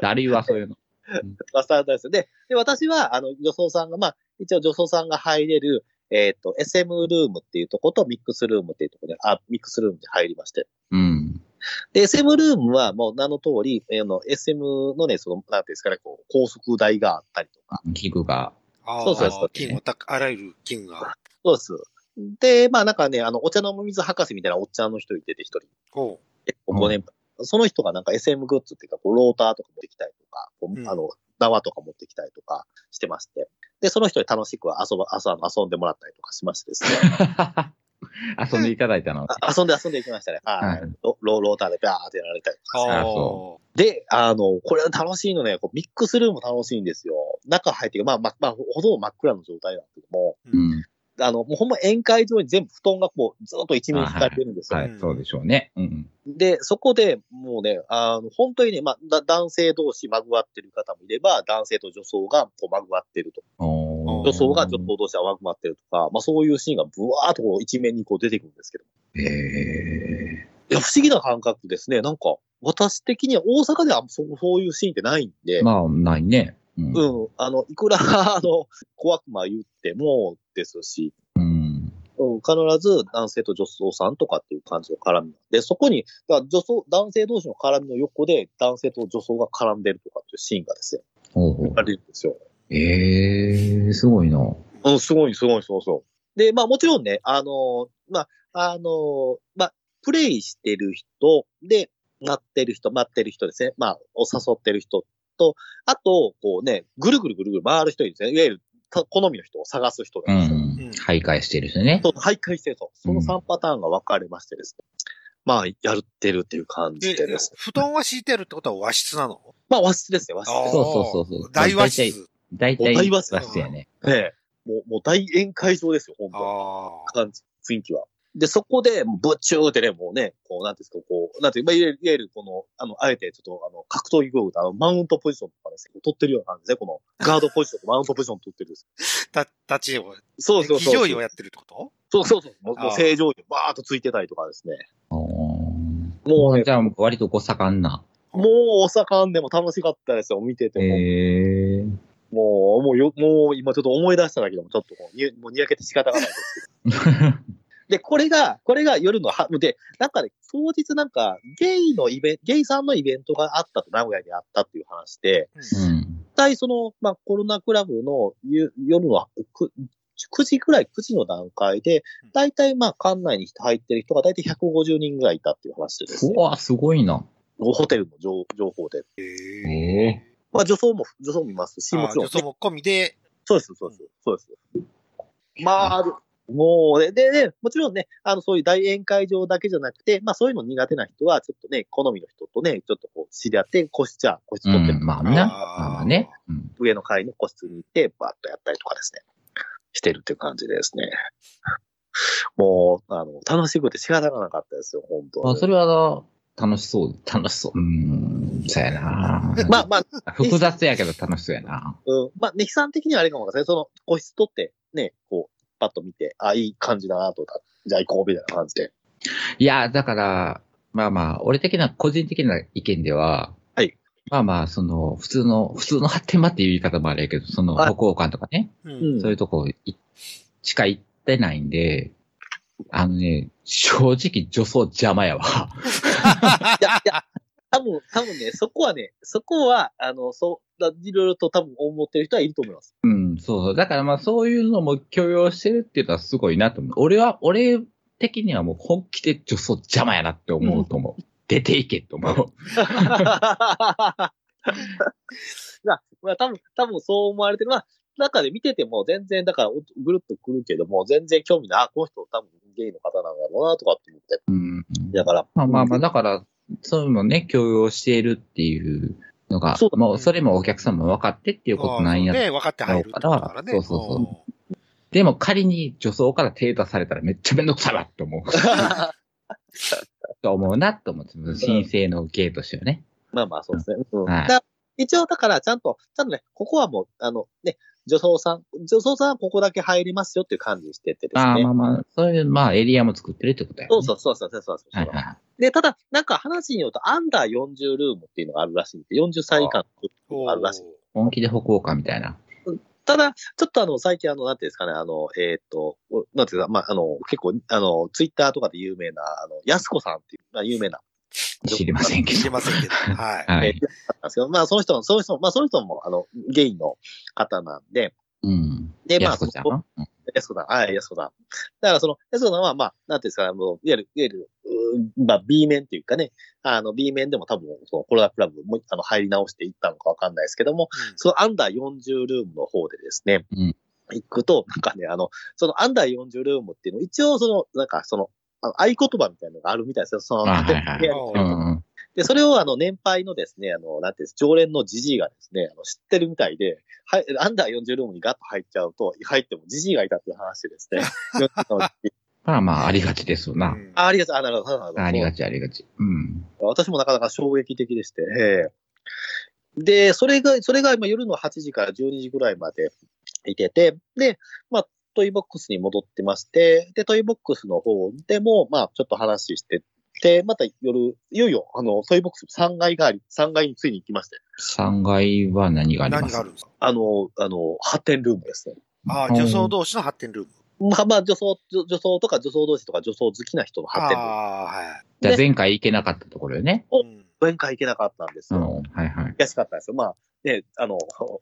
Speaker 2: だるいわ、そういうの。
Speaker 3: かんないですよ。で、で、私は、あの、女装さんが、まあ、一応女装さんが入れる、えっ、と、SM ルームっていうとことミックスルームっていうとこで、あ、ミックスルームに入りまして。
Speaker 2: うん。
Speaker 3: で、SM ルームはもう名の通り、えーあの、SM のね、その、なんていうんですかね、こう、高速台があったりとか。
Speaker 2: 器具が。
Speaker 1: ああ、
Speaker 3: そうそうそう
Speaker 1: 金をた、あらゆる金が。
Speaker 3: そうです。で、まあなんかね、あの、お茶の水博士みたいなおっちゃんの人いてて、一人。
Speaker 1: おう
Speaker 3: 結構5年、その人がなんか SM グッズっていうか、こう、ローターとか持ってきたりとか、こう
Speaker 1: うん
Speaker 3: あの、縄とか持ってきたりとかしてまして。で、その人に楽しく遊ば、遊遊んでもらったりとかしましてですね。
Speaker 2: 遊んでいただいたの。
Speaker 3: あ遊んで遊んでいきましたね。はい
Speaker 2: うん。
Speaker 3: ロロローターでバーってやられたりとか。
Speaker 1: ああ、
Speaker 2: そ
Speaker 3: で、あの、これは楽しいのね、こうミックスルーム楽しいんですよ。中入って、まあ、まあ、まあ、ほとんど真っ暗の状態なんですけども、
Speaker 1: う。
Speaker 2: うんん。
Speaker 3: あの、もうほんま宴会場に全部布団がこう、ずっと一面引かれてるんですよ。
Speaker 2: はい、そうでしょうね。うん。
Speaker 3: で、そこでもうね、あの、本当にね、まあ、だ男性同士まぐわってる方もいれば、男性と女装がこうまぐわってるとか。
Speaker 2: お
Speaker 3: 女装が女装同士がまぐわってるとか、まあそういうシーンがブワーっとこう一面にこう出てくるんですけど。
Speaker 2: え
Speaker 3: いや、不思議な感覚ですね。なんか、私的には大阪ではあんまそそういうシーンってないんで。
Speaker 2: え。まあ、ないね。うん
Speaker 3: うん、あの、いくら、あの、小悪魔言ってもですし、
Speaker 2: うん。
Speaker 3: うん、必ず男性と女装さんとかっていう感じの絡みなんで、そこに、だから女装、男性同士の絡みの横で男性と女装が絡んでるとかっていうシーンがですね、
Speaker 2: ほうほう
Speaker 3: あるんですよ。
Speaker 2: ええ、すごいな。
Speaker 3: うん、すごい、すごい、そうそう。で、まあもちろんね、あの、まあ、あの、まあ、プレイしてる人で、なってる人、待ってる人ですね。まあ、お誘ってる人と、あと、こうね、ぐるぐるぐるぐる回る人いるんですね。いわゆる、た好みの人を探す人
Speaker 2: う
Speaker 3: なんです
Speaker 2: ん。
Speaker 3: よ。
Speaker 2: 徘徊してるしね。
Speaker 3: そう、徘徊してると。その
Speaker 2: うん
Speaker 3: 3パターンが分かれましてですね。まあ、やってるっていう感じ
Speaker 1: で
Speaker 3: でですね。
Speaker 1: 布団は敷いてあるってことは和室なの
Speaker 3: まあ、和室ですね、和室
Speaker 1: ああ
Speaker 3: で
Speaker 2: そうそうそうそう
Speaker 1: 大和室。
Speaker 2: 大体、
Speaker 3: お台
Speaker 2: バ
Speaker 3: 場
Speaker 2: スやね。
Speaker 3: す。ええ。もう、もう大宴会場ですよ、本当
Speaker 1: ああ。
Speaker 3: 感じ、雰囲気は。で、そこで、ぶっちゅーってね、もうね、こう、なんていうんですか、こう、なんていう、まあ、いわゆるいわゆる、この、あの、あえて、ちょっと、あの、格闘技道具と、あの、マウントポジションとかですね、取ってるような感じですね、 この、ガードポジションとマウントポジション取ってるんです。
Speaker 1: た、立ちを、
Speaker 3: そうそう
Speaker 1: 非
Speaker 3: そう。
Speaker 1: 常位をやってるってこと
Speaker 3: そうそうそう。もう、
Speaker 1: あー
Speaker 3: もう正常位、バーっとついてたりとかですね。
Speaker 2: お
Speaker 3: もうね
Speaker 2: ーじ、ゃあ、割とご盛んな。
Speaker 3: もう、お盛んでも楽しかったですよ、見てても。
Speaker 2: ええ。
Speaker 3: もう、もうよ、もう今ちょっと思い出しただけでもちょっとこうに、もうにやけて仕方がない ですけど。で、これが、これが夜のは、で、なんかね、当日なんか、ゲイのイベント、ゲイさんのイベントがあったと、名古屋にあったっていう話で、
Speaker 2: う
Speaker 1: うん
Speaker 2: ん。
Speaker 3: 一体その、まあ、コロナクラブのゆ夜のく9時くらい、9時の段階で、だいたいまあ、館内に入ってる人がだいたい150人ぐらいいたっていう話です、ね
Speaker 2: う。わ、すごいな。
Speaker 3: ホテルの情情報で。
Speaker 1: へ
Speaker 2: え
Speaker 1: え
Speaker 2: え。
Speaker 3: まあ、女装も、女装もいますし、
Speaker 1: あ
Speaker 3: も
Speaker 1: あ
Speaker 3: ちろん、
Speaker 1: 女装も込みで、
Speaker 3: そうです、そうです、そうです。まあ、あるもう、で、で、でもちろんね、あの、そういう大宴会場だけじゃなくて、まあ、そういうの苦手な人は、ちょっとね、好みの人とね、ちょっとこう、知り合って、個室じゃあ、個室
Speaker 2: う
Speaker 3: 取って、
Speaker 2: ん、まあ
Speaker 1: あー
Speaker 2: ね。まあね。うん
Speaker 3: 上の階の個室に行って、バッとやったりとかですね、してるっていう感じでですね。もう、あの、楽しくて仕方がなかったですよ、本当
Speaker 2: まあ、そ
Speaker 3: に。
Speaker 2: れは、楽しそう、楽しそう。うーん、そうやな。
Speaker 3: まあ、まあ、
Speaker 2: 複雑やけど楽しそうやな。
Speaker 3: うん、まあ、ね、悲惨的にはあれかもわかんないその、個室取って、ね、こう、パッと見て、あ、いい感じだなとか、じゃあ行こう、みたいな感じで。
Speaker 2: いや、だから、まあまあ、俺的な、個人的な意見では、
Speaker 3: はい。
Speaker 2: まあまあ、その、普通の、普通の発展場っていう言い方もあれやけど、その、
Speaker 3: はい
Speaker 2: 歩行感とかね、
Speaker 1: う。
Speaker 3: うんん
Speaker 2: そういうとこいしか行ってないんで、あのね、正直女装邪魔やわ。
Speaker 3: いや、いや、多分、多分ね、そこはね、そこは、あの、そう、だいろいろと多分思ってる人はいると思います。
Speaker 2: うん、そうそう。だからまあそういうのも許容してるっていうのはすごいなと思う。俺は、俺的にはもう本気で女装邪魔やなって思うと思う。出ていけと思う。
Speaker 3: まあ、まあ、多分、多分そう思われてる。まあ、中で見てても全然、だから、おぐるっと来るけども、全然興味ない。あ、この人多分ゲイの方なんだろうな、とかって思って。
Speaker 2: うん。
Speaker 3: だから、
Speaker 2: まあまあまあ、だから、そういうのね、許容しているっていうのが、
Speaker 3: そうだ
Speaker 2: もうそれもお客さんも分かってっていうことなんや。
Speaker 1: ああそうね、分かって入るってことだからね。
Speaker 2: そうそうそう
Speaker 1: うん
Speaker 2: でも仮に女装から手出されたらめっちゃめんどくさいわって 思う。と思うなと思って、申請の受けとしてはね。
Speaker 3: まあまあ、そうですね。うん
Speaker 2: はい
Speaker 3: だ一応、だから、ちゃんと、ちゃんとね、ここはもう、あの、ね、女装さん、女装さんはここだけ入りますよっていう感じにしててですね。
Speaker 2: まあまあまあ、そういう、まあエリアも作ってるってことや、ね。
Speaker 3: そうそうそうそうそうそうそう。
Speaker 2: はいはい。
Speaker 3: で、ただ、なんか話によると、アンダー40ルームっていうのがあるらしいんで、40歳以下のルームがあるらしい。
Speaker 2: 本気で歩行かみたいな。
Speaker 3: ただ、ちょっとあの、最近あの、なんていうんですかね、あの、えーっと、おなんていうか、まあ、あの、結構、あの、ツイッターとかで有名な、あの、安子さんっていう、まあ、有名な、
Speaker 2: 知りませんけ
Speaker 1: 知り
Speaker 2: ど。
Speaker 1: ませんけど。はい。
Speaker 2: は
Speaker 3: えー
Speaker 2: い。
Speaker 3: なんですけど、まあ、その人も、その人も、まあ、その人も、あの、ゲイの方なんで、
Speaker 2: うん。
Speaker 3: で、まあ、
Speaker 2: やすこちゃんのうん
Speaker 3: 安子さん、はい、安子さん。だからその、安子さんは、まあ、なんていうんですかね、もう、いわゆる、いわゆる、うーまあ、B 面というかね、あの、B 面でも多分、その、コロナクラブ、もう、あの、入り直していったのかわかんないですけども、そのアンダー40ルームの方でですね、
Speaker 2: うん
Speaker 3: 行くと、なんかね、あの、そのアンダー40ルームっていうの、一応その、なんかその、あの合言葉みたいなのがあるみたいですよ。その、
Speaker 2: あはいはい
Speaker 3: 部屋に
Speaker 1: う。
Speaker 2: うんん。
Speaker 3: で、それをあの、年配のですね、あの、なんていうんです、常連のジジイがですね、あの、知ってるみたいで、はい、アンダー40ルームにガッと入っちゃうと、入ってもジジイがいたっていう話でです ね。
Speaker 2: まあまあ、ありがちですよな。
Speaker 3: あ、ありがとう、あ、なるほど、なるほど。
Speaker 2: ありがち、ありがち。うん。
Speaker 3: 私もなかなか衝撃的でして、ええで、それが、それが今夜の8時から12時ぐらいまでいてて、で、まあ、トイボックスに戻ってまして、で、トイボックスの方でも、まあ、ちょっと話してて、また夜、いよいよ、あの、トイボックス3階があり、3階についに行きまして、
Speaker 2: 3階は何がありま
Speaker 1: 何
Speaker 2: す
Speaker 1: があるんですか
Speaker 3: あの、あの、発展ルームですね。
Speaker 1: ああ、女装同士の発展ルーム。
Speaker 3: まあまあ、女装、女女装とか女装同士とか女装好きな人の
Speaker 1: あ
Speaker 3: 発展ルーム。
Speaker 1: あ、はい。
Speaker 2: じゃあ前回行けなかったところよね。
Speaker 3: お
Speaker 1: うん
Speaker 3: 前回行けなかったんです
Speaker 2: う
Speaker 3: よ。
Speaker 2: ん。はいはい。
Speaker 3: 安かったんですよ。まあ、ね、あの、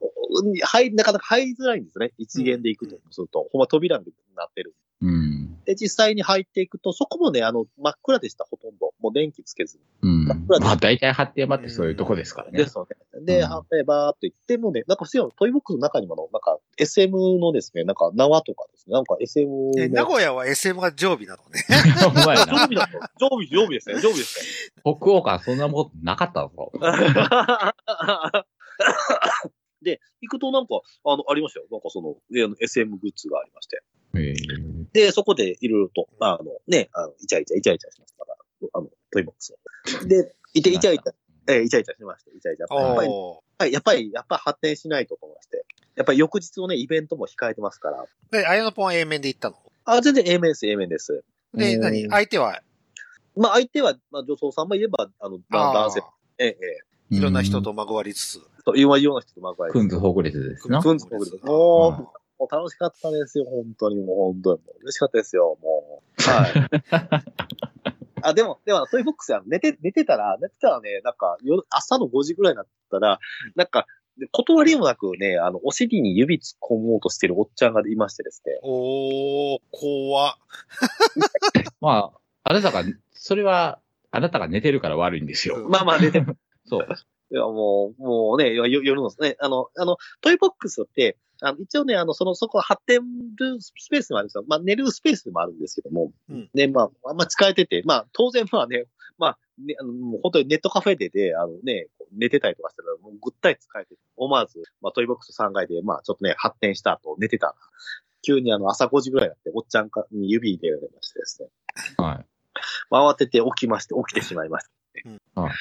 Speaker 3: 入り、なかなか入りづらいんですね。一元で行くとすると、ほんま扉になってる。
Speaker 2: うん。
Speaker 3: で、実際に入っていくと、そこもね、あの、真っ暗でした、ほとんど。もう電気つけず
Speaker 2: う
Speaker 3: に。
Speaker 2: ん。まあ大体発展場ってそういうとこですからね。
Speaker 3: ですよね。で、
Speaker 2: うん
Speaker 3: あでバーっと行って、もうね、なんか、普通のトイボックスの中にもあの、なんか、SM のですね、なんか、縄とかですね、なんか SM の。
Speaker 1: え名古屋は SM が常備なのね。
Speaker 2: ほんまや
Speaker 3: 常
Speaker 2: な。
Speaker 3: 備だと。常備、常備ですね、常備ですね。
Speaker 2: 北欧からそんなもんなかったぞ。
Speaker 3: で、行くとなんか、あの、ありましたよ。なんかその、えあの SM グッズがありまして。
Speaker 2: へえ
Speaker 3: で、そこでいろいろと、まあ、あのね、あの、イチャイチャ、イチャイチャしましたから、あの、トイボックスをで、いて、イチャイチャ、えーイチャイチャしました、イチャイチャ。やっぱり、
Speaker 1: お
Speaker 3: はいやっぱり、やっぱり発展しないとと思いまして。やっぱり翌日のね、イベントも控えてますから。
Speaker 1: ーで、綾野ポンは A 面で行ったの。
Speaker 3: あ、全然 A 面です、A 面です。
Speaker 1: で、
Speaker 2: うん
Speaker 1: 何相手は、
Speaker 3: まあ、相手は、まあ、女装さんもいれば、あの、まあ
Speaker 1: あ
Speaker 3: 男
Speaker 1: ー
Speaker 3: 性、ええ、え
Speaker 1: いろんな人。とまごわりつつ。
Speaker 3: え、というような人とまぐ
Speaker 2: う
Speaker 3: わ
Speaker 2: ん
Speaker 3: い
Speaker 2: クンズほぐれてですな。
Speaker 3: クンズホグレスおーもう楽しかったですよ、本当に、もう本当に。もう嬉しかったですよ、もう。はい。 あ、でも、でも、トイボックスや、寝て、寝てたら、寝てたらね、なんか、夜、朝の5時ぐらいになったら、なんか、で断りもなくね、あの、お尻に指突っ込もうとしてるおっちゃんがいましてですね。
Speaker 1: おー、怖っ
Speaker 2: まあ、あなたが、それは、あなたが寝てるから悪いんですよ。
Speaker 3: まあまあ、寝て、い
Speaker 2: そう。
Speaker 3: やもう、もうね、よよ夜のですね、あの、あの、トイボックスって、あの、一応ね、あの、その、そこ発展るスペースもあるんですよ。まあ、寝るスペースでもあるんですけども、
Speaker 1: うん。
Speaker 3: ね、まあ、あんま使えてて、まあ、当然まあね、まあ、ね、あの、もう本当にネットカフェでで、あのね、こう寝てたりとかしたら、もうぐったり使えて、思わず、まあ、トイボックス3階で、まあ、ちょっとね、発展した後、寝てたら、急にあの、朝5時ぐらいになって、おっちゃんかに指入れられましてですね、
Speaker 2: は
Speaker 3: まあ慌てて起きまして、起きてしまいました。
Speaker 2: うんはい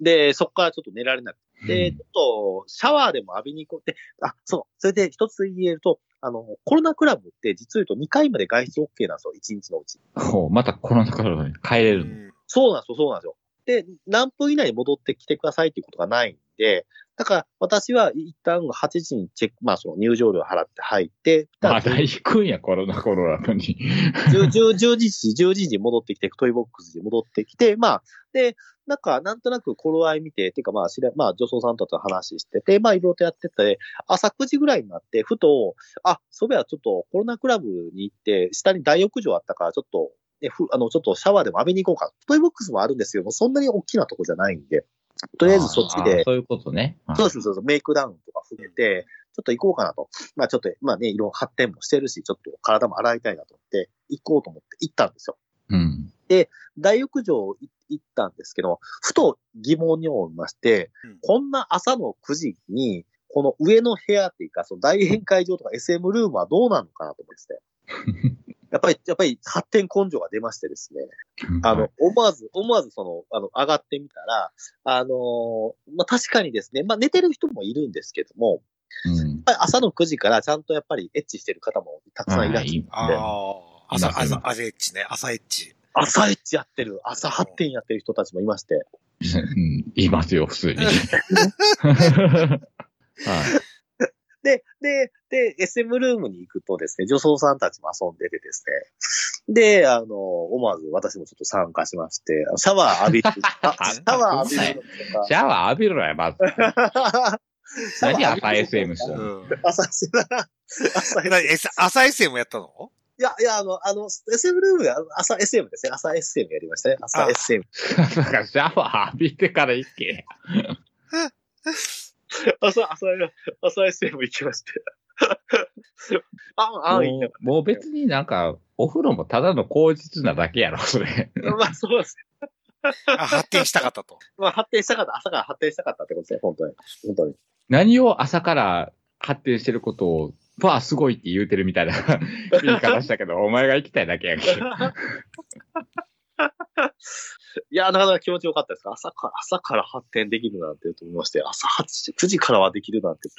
Speaker 3: で、そこからちょっと寝られなくて
Speaker 2: い。
Speaker 3: で、ちょっと、シャワーでも浴びに行こうって、あ、そう、それで一つ言えると、あの、コロナクラブって実を言うと2回まで外出 OK なんですよ、1日のうち。
Speaker 2: ほう、またコロナから帰れるの。
Speaker 3: そうなんですよ、そうなんですよ。で、何分以内に戻ってきてくださいっていうことがないんで、だから私は一旦8時にチェック、まあその入場料払って入って、
Speaker 2: ま
Speaker 3: だ
Speaker 2: た行くんや、コロナコロナに。
Speaker 3: 10 10時、10時に戻ってきて、トイボックスに戻ってきて、まあ、で、なんか、なんとなく頃合い見て、ていうかまあ、知ら、まあ、女装さんとと話してて、まあ、いろいろとやってて、朝9時ぐらいになって、ふと、あ、そういえばちょっとコロナクラブに行って、下に大浴場あったから、ちょっと、ね、ふ、あの、ちょっとシャワーでも浴びに行こうか。トイボックスもあるんですけども、そんなに大きなとこじゃないんで、とりあえずそっち
Speaker 2: あー
Speaker 3: で、
Speaker 2: そういうことね。はい
Speaker 3: そうそうそうそう、メイクダウンとか含めて、ちょっと行こうかなと。まあちょっと、まあね、いろいろ発展もしてるし、ちょっと体も洗いたいなと思って、行こうと思って行ったんですよ。
Speaker 2: うん。
Speaker 3: 大浴場い行ったんですけど、ふと疑問に思いまして、
Speaker 1: うん
Speaker 3: こんな朝の9時に、この上の部屋っていうか、その大宴会場とか SM ルームはどうなのかなと思ってですね。やっぱり、やっぱり発展根性が出ましてですね。
Speaker 2: は
Speaker 3: あ
Speaker 2: い
Speaker 3: の、、思わず、思わずその、あの、上がってみたら、あのーまあ、確かにですね、まあ、寝てる人もいるんですけども、
Speaker 2: うん
Speaker 3: やっぱり朝の9時からちゃんとやっぱりエッチしてる方もたくさんいらっしゃる。
Speaker 1: ああ、朝、
Speaker 2: 今
Speaker 1: 朝
Speaker 2: 今、
Speaker 1: 朝エッチね、朝エッチ。
Speaker 3: 朝エッチやってる、朝発展やってる人たちもいまして、
Speaker 2: うんいますよ、普通に。はい。
Speaker 3: で、で、で、SM ルームに行くとですね、女装さんたちも遊んでてですね。で、あの、思わず私もちょっと参加しまして、シャワー浴 びる。あシャワー浴びるのと
Speaker 2: シャワー浴びるなよ、まず。
Speaker 3: か。
Speaker 2: 何朝 SM した
Speaker 1: う
Speaker 2: の
Speaker 1: ん。
Speaker 3: 朝しな、朝
Speaker 1: えなえさ朝 SM もやったの
Speaker 3: いや、いや、あの、あの、SM ルームで朝 SM ですね。朝 SM やりましたね。朝
Speaker 1: あ
Speaker 3: SM。
Speaker 2: だからシャワー浴びてから行け。
Speaker 3: 朝、朝、朝 SM 行きまして。 あん、あん、いい
Speaker 2: もうもう別になんか、お風呂もただの口実なだけやろ、それ。
Speaker 3: まあ、そうですね。
Speaker 1: あ発展したかったと。
Speaker 3: まあ、発展したかった。朝から発展したかったってことですね。本当に。本当に。
Speaker 2: 何を朝から発展してることを、わあ、すごいって言うてるみたいな 言い方したけど、お前が行きたいだけやんけ。
Speaker 3: いや、なかなか気持ちよかったですが、朝から、朝から発展できるなんてと思いまして、朝8時、9時からはできるなんて。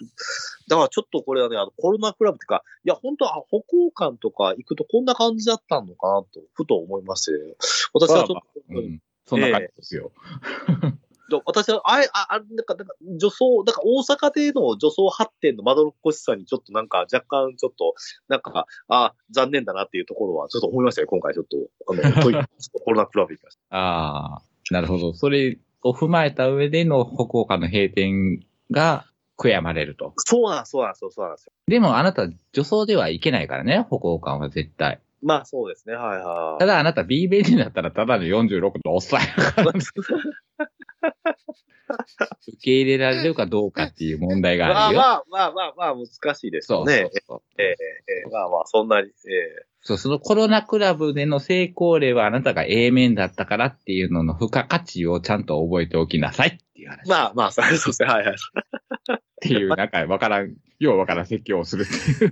Speaker 3: だからちょっとこれはね、あの、コロナクラブっていうか、いや、本当は北欧館とか行くとこんな感じだったのかなと、ふと思いまして、私はちょっと、
Speaker 2: うん。そんな感じですよ。
Speaker 3: だ私は、あれ、ああれ、なんか、なんか、女装、なんか大阪での女装発展のまどろっこしさにちょっとなんか、若干ちょっと、なんか、あ残念だなっていうところは、ちょっと思いましたね、今回ちょっと、あ の、トイちょっとコロナクラブ行きました。
Speaker 2: ああ、なるほど。それを踏まえた上での歩行館の閉店が悔やまれると。
Speaker 3: そうなん、そうなんですよ、そうなんですよ。
Speaker 2: でもあなた、女装ではいけないからね、歩行館は絶対。
Speaker 3: まあ、そうですね、はいは
Speaker 2: ただあなた B ベにだったらただの46のおっさんやから、
Speaker 3: い。
Speaker 2: 受け入れられるかどうかっていう問題が
Speaker 3: ま
Speaker 2: あ
Speaker 3: あ
Speaker 2: るよ。
Speaker 3: まあまあまあまあ、難しいです
Speaker 2: そ
Speaker 3: よ
Speaker 2: うそう
Speaker 3: ね。
Speaker 2: そう。
Speaker 3: ええええまあまあ、そんなに、ええ
Speaker 2: そう、そのコロナクラブでの成功例はあなたが A 面だったからっていうのの付加価値をちゃんと覚えておきなさいっていう話。っ
Speaker 3: まあ まあ、そうですね、はいはい。
Speaker 2: ていう、なんかわからん、ようわからん説教をするっていう。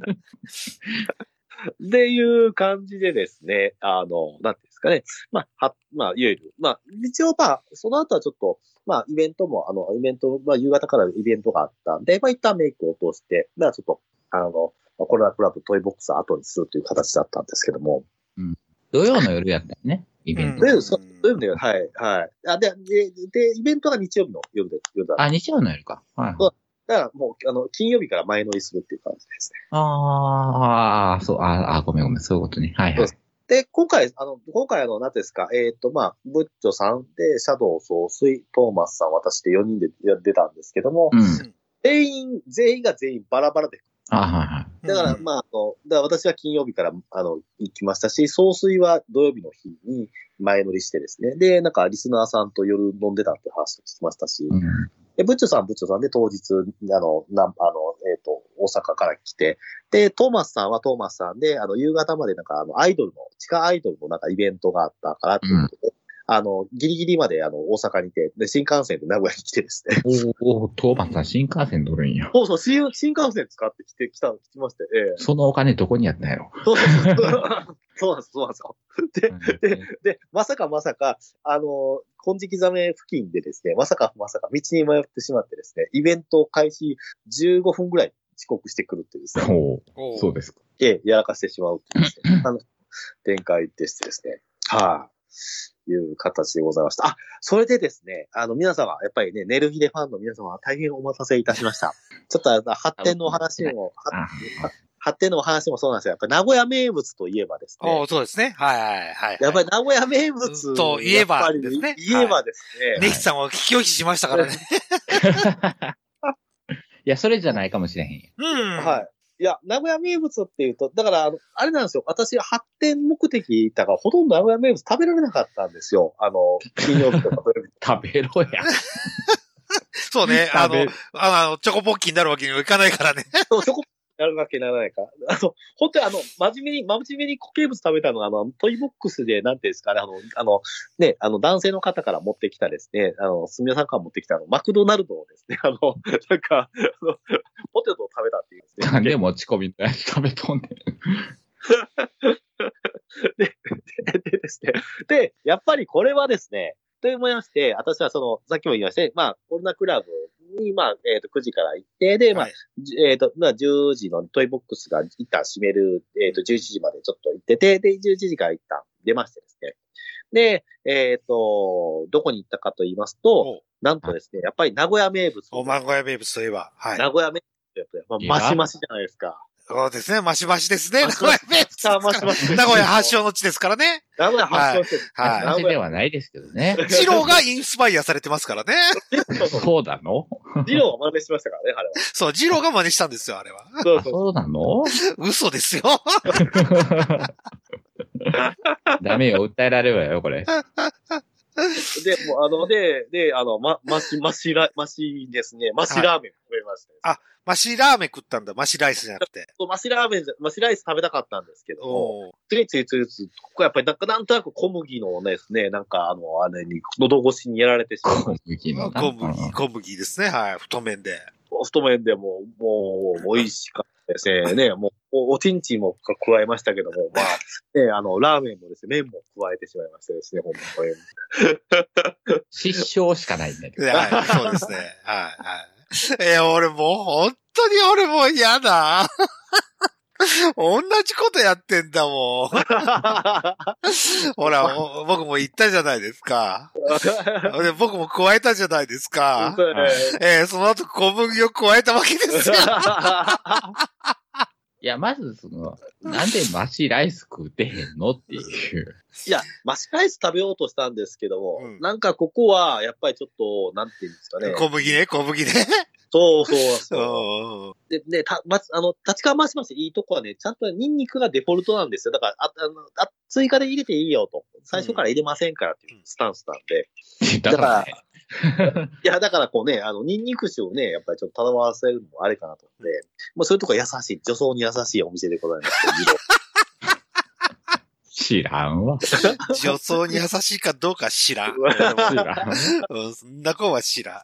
Speaker 3: っていう感じでですね、あの、なんていうんですかね。まあ、は、まあ、いわゆる、まあ、一応まあ、その後はちょっと、まあ、イベントも、あの、イベント、まあ、夕方からイベントがあったんで、まあ、一旦メイクを通して、まあ、ちょっと、あの、まあコロナクラブトイボックスを後にするという形だったんですけども。
Speaker 2: 土曜の夜やったよね、イベント。
Speaker 3: で、そ
Speaker 1: うん
Speaker 3: そういうので、はい、はい。あで、で、で、イベントが日曜日の夜で、夜だった。
Speaker 2: あ、日曜の夜か。はい。
Speaker 3: だからもう、あの、金曜日から前乗りするっていう感じですね。
Speaker 2: あー、そう、あーあー、ごめんごめん、そういうことね。はいはい
Speaker 3: そ。で、今回、あの、今回あの、何ですか、えっ、と、まあ、ブッチョさんで、シャドウ総帥、トーマスさん、私で4人でや出たんですけども、
Speaker 2: うん。
Speaker 3: 全員、全員が全員バラバラで。
Speaker 2: あはいはい。
Speaker 3: だから、まあ、あの、だから私は金曜日から、あの、行きましたし、総帥は土曜日の日に前乗りしてですね。で、なんか、リスナーさんと夜飲んでたって話を聞きましたし、
Speaker 2: うん。
Speaker 3: で、ブッチョさん、ブッチョさんで当日、あの、なんあの、えっ、と、大阪から来て、で、トーマスさんはトーマスさんで、あの、夕方までなんか、あの、アイドルの、地下アイドルのなんかイベントがあったからっていうことで、あの、ギリギリまで、あの、大阪にいて、で、新幹線で名古屋に来てですね。
Speaker 2: おー、トーマスさん新幹線乗るんや。
Speaker 3: そうそう、新新幹線使って来て、来た、来まして、え
Speaker 2: そのお金どこにやったんやろ
Speaker 3: え。そう そうそう。そうなんです、そうなんですよ。
Speaker 2: う
Speaker 3: で、まさかまさか、あの、金色ザメ付近でですね、まさかまさか道に迷ってしまってですね、イベント開始15分ぐらい遅刻してくるっていうですね
Speaker 2: ん。おー
Speaker 1: おう
Speaker 2: そうですか。
Speaker 3: ええ、やらかしてしまうっていうです ね、あの、展開でしてですね。はい、いう形でございました。あ、それでですね、あの、皆様、やっぱりね、ネルヒデファンの皆様、大変お待たせいたしました。 ちょっとあの、発展のお話 も、は
Speaker 2: あ
Speaker 3: 発展のお話もそうなんですよ。やっぱり名古屋名物といえばです
Speaker 1: お
Speaker 3: ね
Speaker 1: う。そうですね。はいはいはい。
Speaker 3: やっぱり名古屋名物、
Speaker 1: うんといえば
Speaker 3: やっぱり
Speaker 1: ですね
Speaker 3: 言えばですね。
Speaker 1: ネヒさんは聞き置きしましたからね。
Speaker 2: いや、それじゃないかもしれへんよ。
Speaker 1: うん。
Speaker 3: はい。いや、名古屋名物っていうと、だから、あのあれなんですよ。私、発展目的だから、ほとんど名古屋名物食べられなかったんですよ。あの、金曜日とか土曜日
Speaker 2: 食べろや。
Speaker 1: そう ね。あの、あのあの、チョコポッキーになるわけにはいかないからね。
Speaker 3: そう、そこやるわけならないか。あの、本当にあの、真面目に、真面目に固形物食べたのが、あの、トイボックスで、なんていうんですかね、あの、あの、ね、あの、男性の方から持ってきたですね、あの、すみさんから持ってきたあの、マクドナルドをですね、あの、なんか、あの、ポテトを食べたっていうで
Speaker 2: な
Speaker 3: す ね。
Speaker 2: んで持ち込みのやつ食べとんねん。
Speaker 3: でですね。で、やっぱりこれはですね、と思いまして、私はその、さっきも言いましたね、まあ、コロナクラブに、まあ、えっ、と、9時から行って、で、まあ
Speaker 1: はい、
Speaker 3: じえっ、と、まあ、10時のトイボックスが一旦閉める、えっ、と、11時までちょっと行ってて、で、11時から一旦出ましてですね。で、えっ、と、どこに行ったかと言いますと、
Speaker 1: おう
Speaker 3: なんとですね、やっぱり名古屋名物。
Speaker 1: お、名古屋名物といえば。はい。
Speaker 3: 名古屋名やっぱ
Speaker 2: い
Speaker 3: り、
Speaker 2: や
Speaker 3: まあ、マシマシじゃないですか。
Speaker 1: そうですね。マシマシですね。名
Speaker 3: マシ
Speaker 1: 古屋名物
Speaker 3: さあ、マシマシ。
Speaker 1: 名古屋発。祥の地ですからね。
Speaker 3: 名古屋発祥してる。
Speaker 1: はい。
Speaker 2: 話ではないですけどね。
Speaker 1: ジローがインスパイアされてますからね。
Speaker 3: そうそう
Speaker 2: そうなの
Speaker 3: ジローを真似しましたからね、あれは。
Speaker 1: そう、ジローが真似したんですよ、あれは。
Speaker 3: そう
Speaker 2: あ
Speaker 3: そう。
Speaker 2: そうなの
Speaker 1: 嘘ですよ。
Speaker 2: ダメよ、訴えられるわよ、これ。
Speaker 3: で、もうあの、で、で、あの、ま、まし、ましら、ましですね、ましラーメン食べましたね。
Speaker 1: はいマシラーメン食ったんだ。マシライスじゃなくて。
Speaker 3: そうマシラーメンじゃ、マシライス食べたかったんですけど、
Speaker 1: おー
Speaker 3: ついついついつい、ここはやっぱりなんか、なんとなく小麦のですね、なんか、あの、あれに、喉越しにやられてし ま
Speaker 2: 小
Speaker 3: う。
Speaker 2: 麦のな。
Speaker 1: 小麦、小麦ですね。はい。太麺で。
Speaker 3: 太麺でもう、もう、美味しかったですね。ね、もう、おおちんちんも加えましたけども、まあ、ね、あの、ラーメンもですね、麺も加えてしまいましてですね、ほんまこれ。
Speaker 2: 失笑しかないんだけど。
Speaker 1: はい。そうですね。はい。はい。えー、俺もう、本当に俺もう嫌だ。同じことやってんだ もん。ほら、お僕も言ったじゃないですか。 で僕も加えたじゃないですか。えー、その後小麦を加えたわけですよ。
Speaker 2: いや、まずその、なんでマシライス食うてへんのっていう。
Speaker 3: いや、マシライス食べようとしたんですけども、
Speaker 1: うん
Speaker 3: なんかここは、やっぱりちょっと、なんていうんですかね。
Speaker 1: 小麦ね、小麦ね。
Speaker 3: そうそうそう。
Speaker 1: そ
Speaker 3: で、ね、た、ま、あの、立川マシマシいいとこはね、ちゃんとニンニクがデフォルトなんですよ。だから、あ、あの、あ追加で入れていいよと。最初から入れませんからっていうスタンスなんで。
Speaker 2: だから、
Speaker 3: いや、だからこうね、あの、ニンニク酒をね、やっぱりちょっと頼ませるのもあれかなと思って。まあ、そういうとこは優しい、女装に優しいお店でございます。
Speaker 2: 知らんわ。知
Speaker 1: う。女装に優しいかどうか知らん。
Speaker 2: らん。
Speaker 1: うん、そんな子は知らん。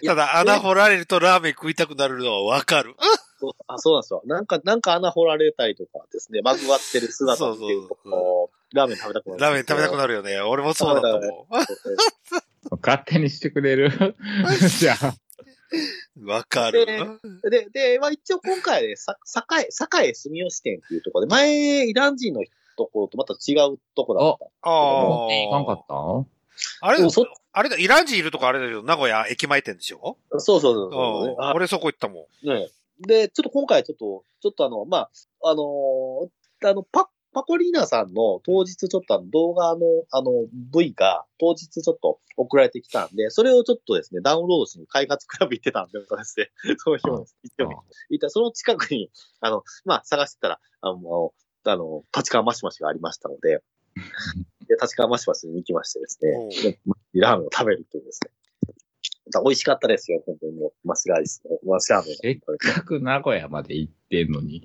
Speaker 3: いや
Speaker 1: ただ、穴掘られるとラーメン食いたくなるのはわかる。
Speaker 3: そうあそうなんですよ。なんか、なんか穴掘られたりとかですね、まぐわってる姿っていうと
Speaker 1: そうそう
Speaker 3: こう、ラーメン食べたくなる。
Speaker 1: ラーメン食べたくなるよね。俺もそうだと思
Speaker 2: 勝手にしてくれる じゃあ、
Speaker 1: う。わかる。
Speaker 3: る。で、で、まあ一応今回ね、さ、栄、栄住吉店っていうところで、前、イラン人のところとまた違うところだっ
Speaker 1: あ
Speaker 2: 持っていかんかった
Speaker 1: あ。あれ
Speaker 3: でもそ、
Speaker 1: あれだ、イラン人いるとこあれだけど、名古屋駅前店でしょ
Speaker 3: た。そうそうそう
Speaker 1: うん
Speaker 3: そう、ね。あ
Speaker 1: 俺そこ行ったもん。
Speaker 3: ねで、ちょっと今回ちょっと、ちょっとあの、まあ、あのーあの、パ、パコリーナさんの当日ちょっとあの動画の、あの、V が当日ちょっと送られてきたんで、それをちょっとですね、ダウンロードしに開発クラブ行ってたんで、私で、 その日もです、行って
Speaker 2: あ
Speaker 3: いた、その近くに、あの、まあ、探してたら、あの、あの、立川マシマシがありましたので、で、立川マシマシに行きましてです
Speaker 1: おう
Speaker 3: ね、でラーメンを食べるというですね。また美味しかったですよ、本当にもう、マシライスの、マシラーメン。
Speaker 2: せっかく名古屋まで行ってんのに。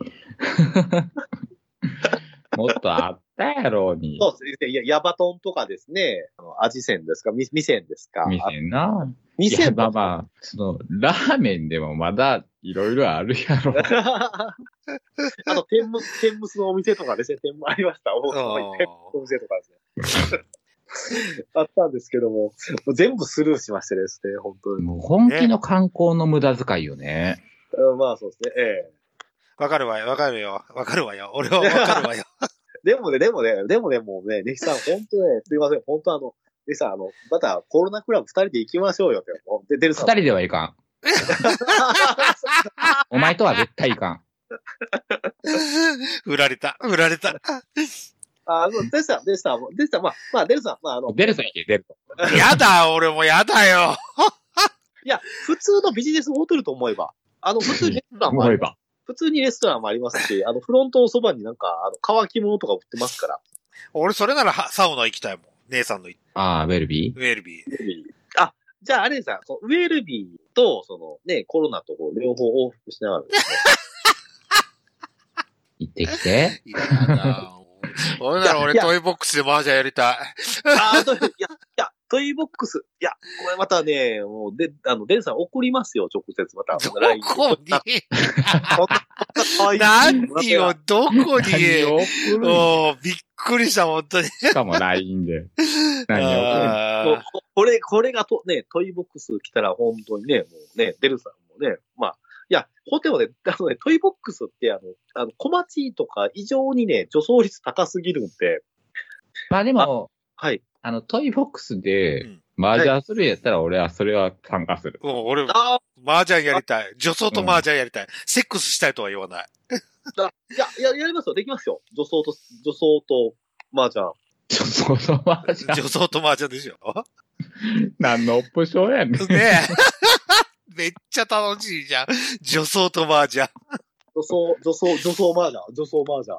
Speaker 2: もっとあったやろうに。
Speaker 3: そうですね。いや、ヤバトンとかですね。あの、アジセンですかみ店ですかあ
Speaker 2: 店な。い
Speaker 3: 店
Speaker 2: や
Speaker 3: も
Speaker 2: まあまあ、その、ラーメンでもまだいろいろあるや ろ。
Speaker 3: あと、天む、天むすのお店とかですね。天むありました。お
Speaker 1: うん
Speaker 3: 天むのお店とかですね。 あったんですけども、全部スルーしましてですね、本当に。
Speaker 2: もう本気の観光の無駄遣いよね。
Speaker 3: うんまあそうですね、ええ。
Speaker 1: わかるわよ、わかるよ、わかるわよ。俺はわかるわよ。
Speaker 3: でもね、でもね、でもね、もうね、ネヒさん、本当ね、すいません、本当あの、ネヒさん、あの、またコロナクラブ二人で行きましょうよって。で、出る
Speaker 2: 二
Speaker 3: さん。
Speaker 2: 人ではい かん。お前とは絶対いかん。
Speaker 1: 振られた、振られた。
Speaker 3: あ、そう、デルさん、デルさん、デルさん、まあ、まあ、デルさん、まあ、あの、
Speaker 2: 出るぞ、いけ、出るぞ。
Speaker 1: やだ、俺もやだよ。
Speaker 3: いや、普通のビジネスホテルと思えば、あの、普通にレストランもあ
Speaker 2: 思え
Speaker 3: る
Speaker 2: ば。
Speaker 3: 普通にレストランもありますし、あの、フロントのそばになんか、あの、乾き物とか売ってますから。
Speaker 1: 俺それならはサウナ行きたいもん。姉さんの言っ
Speaker 2: ああ、ウェルビー
Speaker 1: ウェルビー。
Speaker 3: あ、じゃあ、あれさ、そのウェルビーと、その、ね、コロナとこう両方往復しながらですね。
Speaker 2: 行ってきて。
Speaker 1: いやだ。俺なら
Speaker 3: い
Speaker 1: 俺
Speaker 3: や
Speaker 1: トイボックスでマージャンやりたい。
Speaker 3: あー、といいや、いや、トイボックス。いや、これまたね、もう、で、あの、デルさん送りますよ、直接また。
Speaker 1: どこ
Speaker 3: LINE
Speaker 1: に
Speaker 3: こんな可愛い
Speaker 1: 何よ、どこに
Speaker 2: 何を送る
Speaker 1: おーびっくりした、本当に。
Speaker 2: しかも LINE で。何を送る
Speaker 1: あ
Speaker 3: ここれ、これがと、ね、トイボックス来たら本当にね、もうね、デルさんもね、まあ、いや、ホテルで、 あのね、トイボックスって、あの、あの小町とか異常にね、助走率高すぎるんで、
Speaker 2: まあでも、
Speaker 3: はい。
Speaker 2: あの、トイボックスで
Speaker 1: うん、
Speaker 2: 麻雀するんやったら俺はそれは参加 する。
Speaker 1: うん、俺、
Speaker 3: あ
Speaker 1: 麻雀やりたい。女装と麻雀やりたい。セックスしたいとは言わない。
Speaker 3: あ、いや、いや、やりますよ。できますよ。女装と、女装と、麻雀。
Speaker 2: ちょ、その麻雀、
Speaker 1: 女装と麻雀でしょ
Speaker 2: 何のオプションやねん。
Speaker 1: ねえ。 めっちゃ楽しいじゃん。女装と麻雀。
Speaker 3: 女装、女装、女装麻雀、女装麻雀。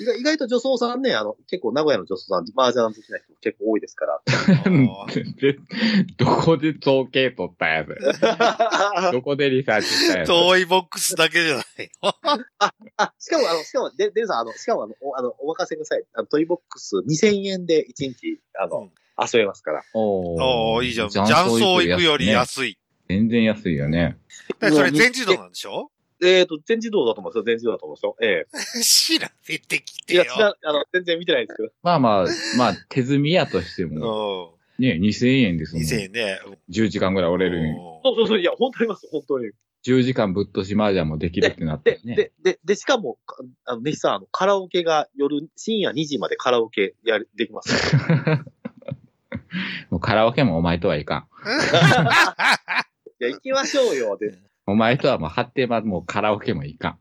Speaker 3: 意外意外と女装さんね、あの、結構名古屋の女装さん、麻雀好きな人結構多いで すから。
Speaker 2: でどこで造形取った やつどこでリサーチしたやつ
Speaker 1: 遠いボックスだけじゃないの。
Speaker 3: あ、しかも、あの、しかも、で、デルさん、あの、しかも、あの、おあのお任せください。あの、トイボックス2000円で1日、あ
Speaker 1: う
Speaker 3: の
Speaker 1: ん、
Speaker 3: 遊べますから。
Speaker 2: お
Speaker 1: おーいいじゃん。雀荘行くより
Speaker 2: や
Speaker 1: 安い。
Speaker 2: 全然安いよね。
Speaker 1: だからそれ全自動なんでしょ
Speaker 3: えっ、と、全自動だと思うんですよ。全自動だと思うんですよ。え
Speaker 1: 調べてき
Speaker 3: え
Speaker 1: て
Speaker 3: いや、
Speaker 1: よ。
Speaker 3: ちなあの、全然見てないですけど。
Speaker 2: まあまあ、まあ、手積みやとして
Speaker 1: う
Speaker 2: も、
Speaker 1: ん。
Speaker 2: ね、2000円ですもん。
Speaker 1: 2000円ね。
Speaker 2: 10時間ぐらい折れるんよ
Speaker 1: う
Speaker 3: そうそうそう。いや、本当にあります。本当に。
Speaker 2: 10時間ぶっ通し麻雀もできるってなったら
Speaker 3: で、
Speaker 2: ね。
Speaker 3: で、で、で、しかも、かあの、ネヒさん、あの、カラオケが夜、深夜2時までカラオケやり、できます。
Speaker 2: もうカラオケもお前とはいかん。
Speaker 3: いや、行きましょうよ。で、
Speaker 2: お前とはもう発展はもうカラオケもいかん。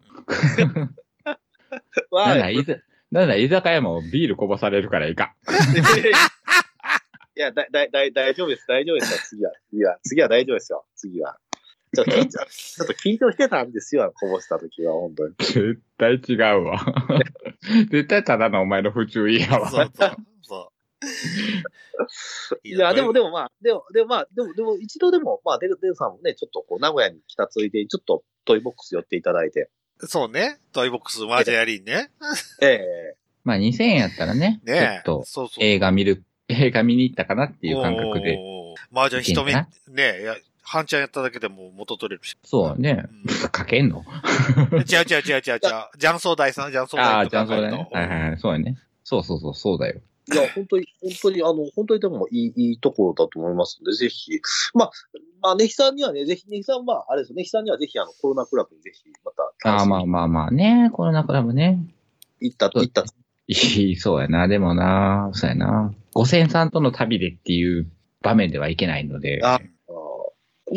Speaker 3: わ
Speaker 2: な
Speaker 3: あ、
Speaker 2: んだ、
Speaker 3: いやい
Speaker 2: いざ、なんだ、居酒屋もビールこぼされるからいか
Speaker 3: や、だ、だ、だ、大丈夫です。大丈夫ですよ。次は、次は、次は大丈夫ですよ。次は。ちょっと緊張、ちょっと緊張してたんですよ。こぼした時は、本当に。
Speaker 2: ん。絶対違う わ。絶対ただのお前の不注意やわ。
Speaker 1: そうそう。そう。
Speaker 3: いや、でも、で
Speaker 1: も。
Speaker 3: もまあ、でも、でもまあ、でも、でも、一度でも、まあ、デル、デルさんもね、ちょっとこう、名古屋に来たついでに、ちょっと、トイボックス寄っていただいて。
Speaker 1: そうね。トイボックス、マージャンやりんね。
Speaker 3: ええ
Speaker 2: まあ2000円やったらね、
Speaker 1: ねえ。
Speaker 2: ちょっと
Speaker 1: そうそう。
Speaker 2: 映画見る、映画見に行ったかなっていう感覚で。
Speaker 1: おー。マージャン一目、
Speaker 2: いいん
Speaker 1: ねえ、いや半チャンやっただけでも元取れるし。
Speaker 2: そうね。
Speaker 1: う
Speaker 2: かけん
Speaker 1: ん。
Speaker 2: の
Speaker 1: 違う違う違う違う違う。雀荘第三、雀荘
Speaker 2: ああ、
Speaker 1: 第
Speaker 2: ジャ
Speaker 1: 三
Speaker 2: ンソーだね。はいはいはい、そうやね。そうそうそう、そうだよ。
Speaker 3: い や、本当に、本当に、あの、本当にでもいい、いいところだと思いますので、ぜひ。まあ、まあ、ネヒさんにはね、ぜひ、ネヒさんは、あれですよ、ネヒさんにはぜひ、あの、コロナクラブにぜひ、また、
Speaker 2: ああ、まあまあまあね、コロナクラブね。
Speaker 3: 行った、行った、
Speaker 2: いい、そうやな。でもな、そうやな。五千さんとの旅でっていう場面ではいけないので。
Speaker 3: あー